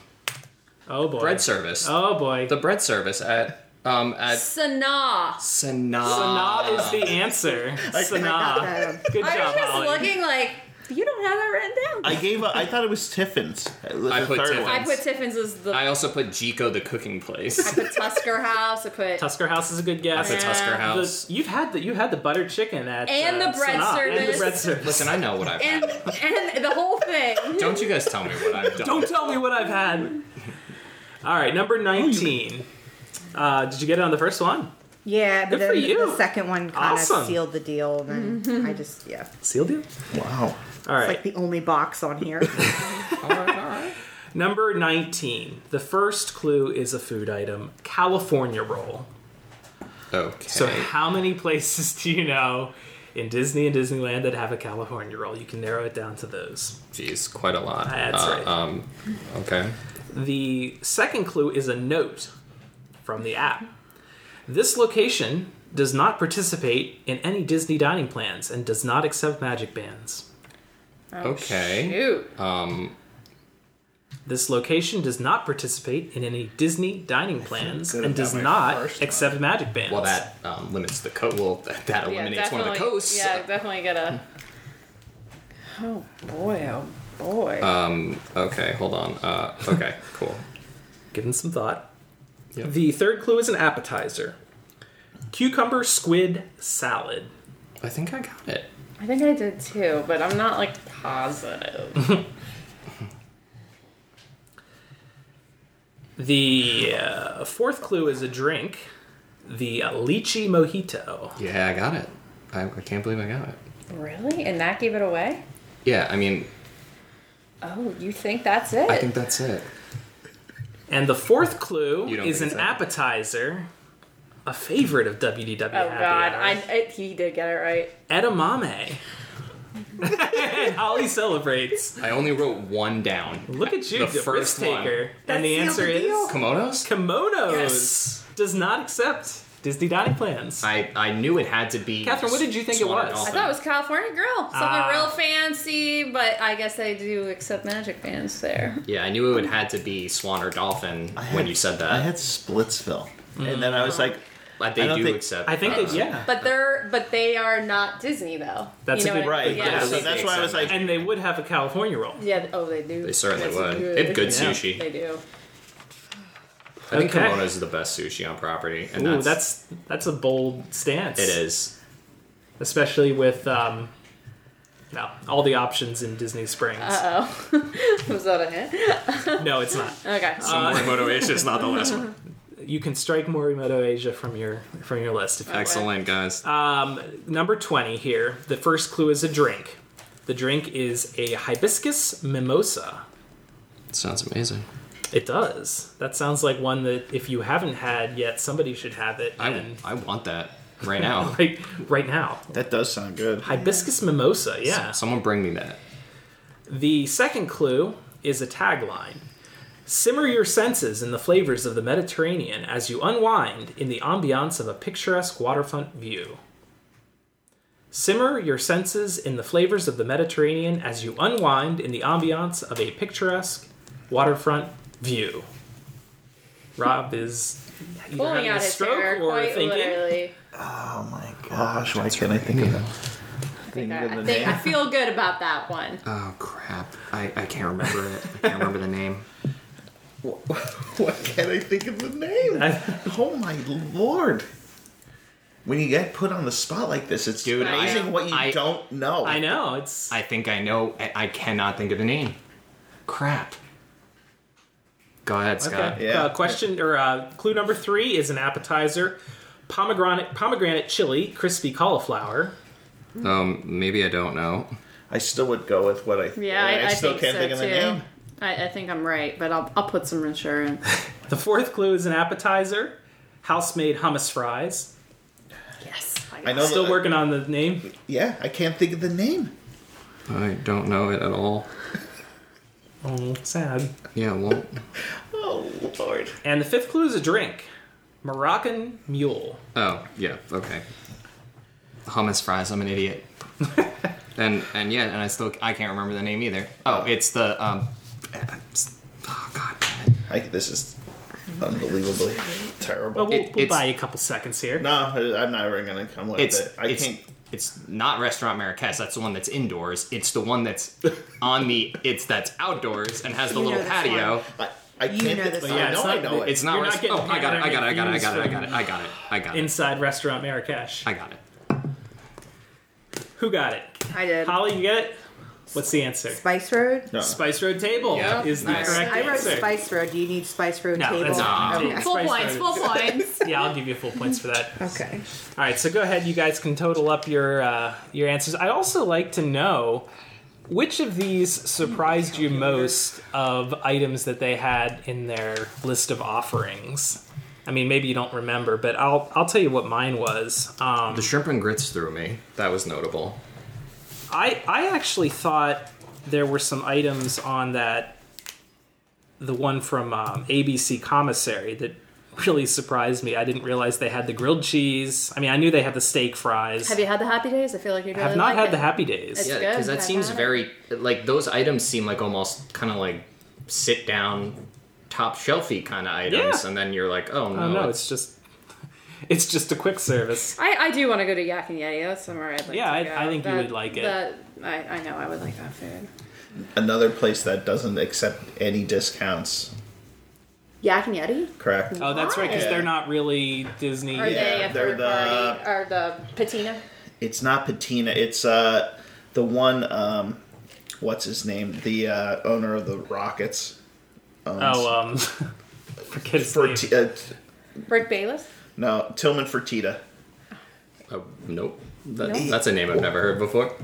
D: Oh boy.
E: bread service.
D: Oh boy.
E: The bread service at um at
A: Sanaa.
E: Sanaa.
D: Sanaa is the answer.
B: Got
D: Sanaa.
B: that.
D: Good
A: I
D: job,
A: was just
D: Holly.
A: looking like, you don't have that written down.
C: I gave up. I thought it was Tiffin's. uh,
E: I put Tiffin's.
A: I, put Tiffin's as the.
E: I
A: I,
E: also put Jico the cooking place.
A: put Tusker House. I put.
D: Tusker House is a good guess.
E: That's a Tusker
A: Yeah.
D: The-
E: house.
D: you've had the you had the butter chicken at
A: And
D: uh,
A: the bread
D: Sanaa. And the
A: service.
D: bread service.
E: Listen, I know what I've
A: and,
E: had.
A: and the whole thing.
E: Don't you guys tell me what I've done.
D: Don't tell me what I've had. All right, number nineteen. Uh, did you get it on the first one?
B: Yeah, but
D: Good for
B: then
D: you.
B: the second one kind
D: Awesome.
B: of sealed the deal. And then I just, yeah. It's
D: Seal deal.
C: Wow.
D: All right.
B: like the only box on here.
E: All right, all right.
D: Number 19. The first clue is a food item California roll.
E: Okay.
D: So, how many places do you know in Disney and Disneyland that have a California roll? You can narrow it down to those.
E: Jeez, quite a lot.
D: That's
E: Uh,
D: right.
E: Um, okay.
D: The second clue is a note from the app. This location does not participate in any Disney dining plans and does not accept magic bands.
E: okay.
A: Oh, Shoot.
E: Um,
D: This location does not participate in any Disney dining plans
C: good
D: and
C: about
D: does
C: my
D: not
C: first
D: accept magic bands.
E: well, that um, limits the co. Well, that, that
A: Yeah,
E: eliminates one of the
A: definitely-
E: coasts.
A: Yeah, definitely gotta. Oh boy, oh boy.
E: Um, okay, hold on. Uh, okay, cool.
D: Give them some thought.
E: Yep.
D: The third clue is an appetizer cucumber squid salad.
E: I think I got it.
A: I think I did too, but I'm not like positive.
D: The uh, fourth clue is a drink, the uh, lychee mojito.
E: Yeah, I got it. I, I can't believe I got it.
A: really? And that gave it away?
E: Yeah, I mean,
A: Oh, you think that's it?
E: I think that's it.
D: And the fourth clue
E: You don't
D: is
E: think
D: an
E: so?
D: appetizer, a favorite of WDW.
A: Oh
D: Happy
A: God!
D: Hour,
A: I it, he did get it right.
D: edamame. and Holly celebrates.
E: I only wrote one down.
D: Look at you,
E: The
D: the,
E: first
D: first
E: one.
D: taker.
B: That
D: and the
B: sealed
D: answer
B: the
D: is
B: deal.
E: Komodos?
D: kimonos.
E: Yes.
D: Does not accept Disney dining plans.
E: I, I knew it had to be.
D: Catherine, what did you think it
E: Swan or
D: was?
A: I
E: Dolphin.
A: thought it was California Grill, something
D: Ah.
A: real fancy, but I guess they do accept magic bands there.
E: yeah, I knew it had to be Swan or Dolphin
C: I had-
E: when you said that.
C: I had Splitsville, and then I was like,
E: But they
C: I don't
E: do
C: think-
E: accept.
D: I think
E: uh,
D: that yeah.
A: But they're but they are not Disney though.
D: That's a
A: what
D: good-
A: I-
C: right.
A: Yeah.
C: Yeah. So
E: Yeah.
C: that's why I was like,
D: And they would have a California roll.
A: Yeah, Oh, they do.
E: They certainly
A: That's
E: would. They have good
A: Yeah,
E: sushi.
A: They do.
E: I think
D: Okay.
E: Komodos is the best sushi on property, and
D: Ooh,
E: that's,
D: that's that's a bold stance.
E: it is.
D: especially with um, no all the options in Disney Springs.
A: Uh. Oh, was that a hint?
D: no, it's not.
A: Okay.
E: Morimoto Asia is not the last one.
D: You can strike Morimoto Asia from your from your list. If you
E: Excellent, guys.
D: um, number twenty here, the first clue is a drink. The drink is a hibiscus mimosa.
E: Sounds amazing.
D: It does. That sounds like one that if you haven't had yet, somebody should have it.
E: I,
D: and
E: I want that right now.
D: right right now,
C: that does sound good.
D: hibiscus mimosa. Yeah.
E: Someone bring me that.
D: The second clue is a tagline Simmer your senses in the flavors of the Mediterranean as you unwind in the ambiance of a picturesque waterfront view. Simmer your senses in the flavors of the Mediterranean as you unwind in the ambiance of a picturesque waterfront view. Rob is either
A: pulling
D: having
A: out
D: a
A: his
D: stroke
A: hair
D: or
A: quite
D: thinking.
A: literally.
C: Oh my gosh! Why can't I think of that?
A: I think I, I think I feel good about that one.
E: Oh, crap. I, I can't remember it. I can't remember the name.
C: Why can't I think of the name? oh my lord. When you get put on the spot like this, it's
E: Dude, I-
C: amazing what you
E: I-
C: don't know.
D: I know it's.
E: I think I know. I, I cannot think of the name. Crap. Go ahead, Scott.
D: Okay.
C: Yeah.
D: Uh, question or uh, clue number three is an appetizer: pomegranate, pomegranate chili, crispy cauliflower.
E: Um, maybe I don't know.
C: I still would go with what I.
A: Yeah,
C: I,
A: I, I
C: still
A: think
C: can't
A: so
C: think of the
A: too.
C: name.
A: I, I think I'm right, but I'll, I'll put some insurance.
D: The fourth clue is an appetizer: house-made hummus fries.
A: yes, I,
C: I
A: got
E: Oh,
C: know
A: it.
D: Still
E: uh,
C: that-
D: working on the name.
C: Yeah, I can't think of the name.
E: I don't know it at all.
D: Oh, sad.
E: Yeah, well,
C: Oh lord.
D: And the fifth clue is a drink: Moroccan mule.
E: oh yeah, okay. Hummus fries. I'm an idiot. and and yeah, and I still I can't remember the name either. Oh, it's the um. Oh god. damn it.
C: I, this is unbelievably
D: Well,
C: terrible.
D: we'll,
E: It-
D: we'll
E: it's-
D: buy you a couple seconds here.
C: no, I'm not even gonna come with
E: It's
C: it. I
E: it's
C: can't.
E: it's not restaurant Marrakesh. That's the one that's indoors. It's the one that's on the it's that's outdoors and has the
B: You know
E: little
B: this
E: patio.
B: one.
C: I, I
B: You
C: can't.
B: know
C: think-
B: this
C: I
B: one.
D: Yeah,
C: know
D: it's
C: I
D: not-
C: know it.
E: It's not.
D: You're not
E: rest-
D: getting
E: oh, I got it! I got it! I got it! I got it! I got it! I got it! I got it!
D: Inside restaurant Marrakesh.
E: I got it!
D: Who got it?
A: I did.
D: Holly, you get it? What's the answer?
B: Spice Road.
C: No.
D: Spice Road Table
E: Yeah.
D: is the
E: Nice.
D: correct
B: I wrote
D: answer.
B: Spice Road. Do you need Spice Road
D: No,
B: table?
D: that's not-
B: Okay.
D: Full
A: Full
D: Spice points,
A: points,
D: full
A: full points.
D: Yeah, I'll give you full points for that. All
B: Okay.
D: right, so go ahead. You guys can total up your uh, your answers. I'd also like to know which of these surprised you most of items that they had in their list of offerings. I mean, maybe you don't remember, but I'll I'll tell you what mine was. Um,
E: The shrimp and grits threw me. That was notable.
D: I I actually thought there were some items on that the one from um, ABC Commissary that really surprised me. I didn't realize they had the grilled cheese. I mean, I knew they had the steak fries.
A: Have you had the happy days? I feel like you really
D: I have not
A: like
D: had
A: it.
D: the Happy Days.
A: It's-
E: Yeah,
A: good.
E: because that
A: I've
E: seems
A: had it.
E: very like those items seem like almost kind of like sit down, top shelfy kind of items,
D: Yeah.
E: and then you're like, oh no,
D: Oh no, it's just it's just a quick service.
A: I, I do want to go to Yak and Yeti. That's somewhere I'd like
D: Yeah,
A: to
D: I-
A: go.
D: I think you would like it.
A: That, I, I know I would like that food.
C: Another place that doesn't accept any discounts.
A: Yak and Yeti?
C: Correct.
D: Oh, that's right, because
C: Why?
D: they're not really Disney.
A: Are they
C: Yeah,
A: a
C: they're
A: third party?
C: the-
A: Are the patina?
C: It's not Patina. It's uh the one um what's his name? The uh owner of the Rockets.
D: Oh, um, forget his name.
C: Ferti- uh, t-
A: Rick Bayless?
C: no, Tillman Fertitta.
E: oh, nope. That,
A: Nope.
E: That's a name I've never heard before.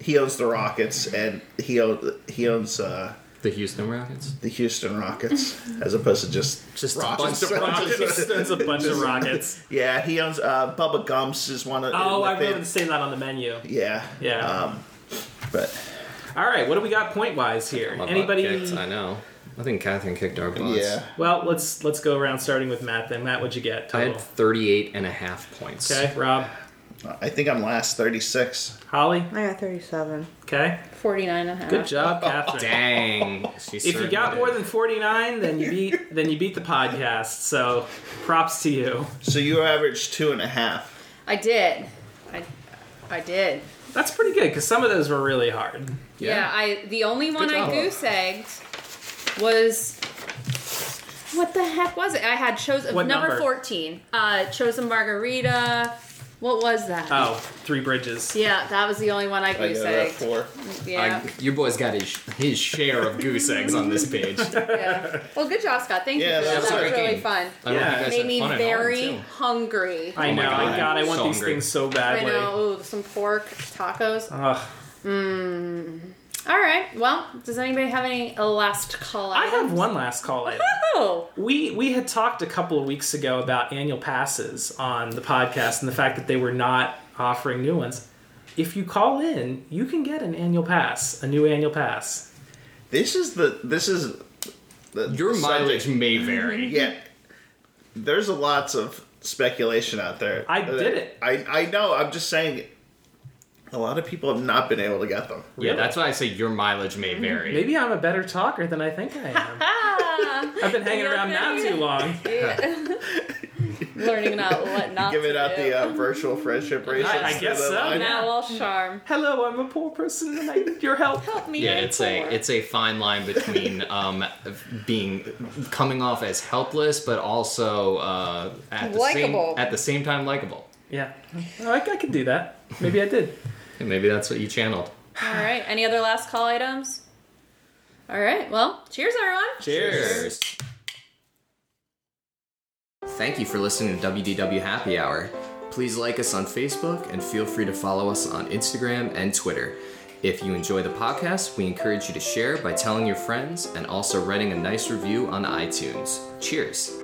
C: He owns the Rockets and he o- he owns uh
E: The Houston Rockets.
C: the Houston Rockets as opposed to just
E: Just a
C: Rockets.
E: bunch of
D: Rockets. There's a bunch of rockets.
C: Yeah, he owns uh Bubba Gumps is one of
D: Oh, I
C: within-
D: remember seeing that on the menu.
C: Yeah.
D: Yeah.
C: Um but
D: All right, what do we got point wise here?
E: My butt
D: Anybody?
E: kicked, I know. I think Catherine kicked our butts.
C: yeah.
D: Well, let's let's go around starting with Matt. Then Matt, what'd you get
E: I
D: total?
E: had 38 and a half points.
D: Okay, Rob,
C: I think I'm last 36.
D: Holly.
B: I got 37.
D: Okay,
A: 49 and a half.
D: good job, Catherine.
E: Dang. She
D: If you
E: certainly
D: got
E: did.
D: more than forty nine, then you beat then you beat the podcast. So, props to you.
C: So you averaged two and a half.
A: I did. I, I did.
D: That's pretty good because some of those were really hard.
A: Yeah, I the only one I
E: job.
A: goose egged was what the heck was it? I had chosen
D: What number?
A: fourteen. Uh chosen margarita. What was that?
D: Oh, three bridges.
A: Yeah, that was the only one I
C: I
A: goose
C: got it at
A: egged.
C: four.
A: Yeah.
E: I- your boy's got his, his share of goose eggs on this page.
A: yeah. Well good job, Scott. Thank
C: Yeah,
A: you.
C: that
A: for
C: was
A: That,
E: a
A: that was
E: great
A: really
E: game.
A: fun.
E: I don't know if you guys
A: Made
E: had
A: me
E: fun at home,
A: very
E: too.
A: hungry.
D: I
E: Oh my
D: know.
E: God.
D: I God, I want
E: So
D: these
E: hungry.
D: things so
A: I
D: badly.
A: know. Ooh, some pork tacos. Mm.
D: Ugh.
A: All right. Well, does anybody have any last call?
D: I have
A: items?
D: one last call in.
A: Oh,
D: We we had talked a couple of weeks ago about annual passes on the podcast and the fact that they were not offering new ones. If you call in, you can get an annual pass, a new annual pass.
C: This is the this is the
E: Your
C: the
E: mileage
C: subject-
E: may vary.
C: Yeah, there's a lots of speculation out there. Uh,
D: I did it.
C: I I know. I'm just saying. A lot of people have not been able to get them.
E: Yeah, that's why I say your mileage may vary.
D: Maybe I'm a better
A: ah.
D: talker than I think I am. I've been hanging around Matt too long.
A: Learning not what not
C: Giving
A: to
C: out
A: do.
C: the uh, virtual friendship bracelets.
D: I
C: to
D: guess
C: the
D: so.
C: line.
A: now all charm.
D: Hello, I'm a poor person and I need your help.
A: Help me.
E: Yeah,
A: I'm
E: it's a
A: poor.
E: it's a fine line between um, being coming off as helpless, but also uh, at the
B: Likeable.
E: same at the same time likable.
D: Yeah, Oh, I, I can do that. Maybe I did.
E: And maybe that's what you channeled.
A: All right. Any other last call items? All right. Well, cheers, everyone.
E: Cheers. Thank you for listening to WDW Happy Hour. Please like us on Facebook and feel free to follow us on Instagram and Twitter. If you enjoy the podcast, we encourage you to share by telling your friends and also writing a nice review on iTunes. Cheers.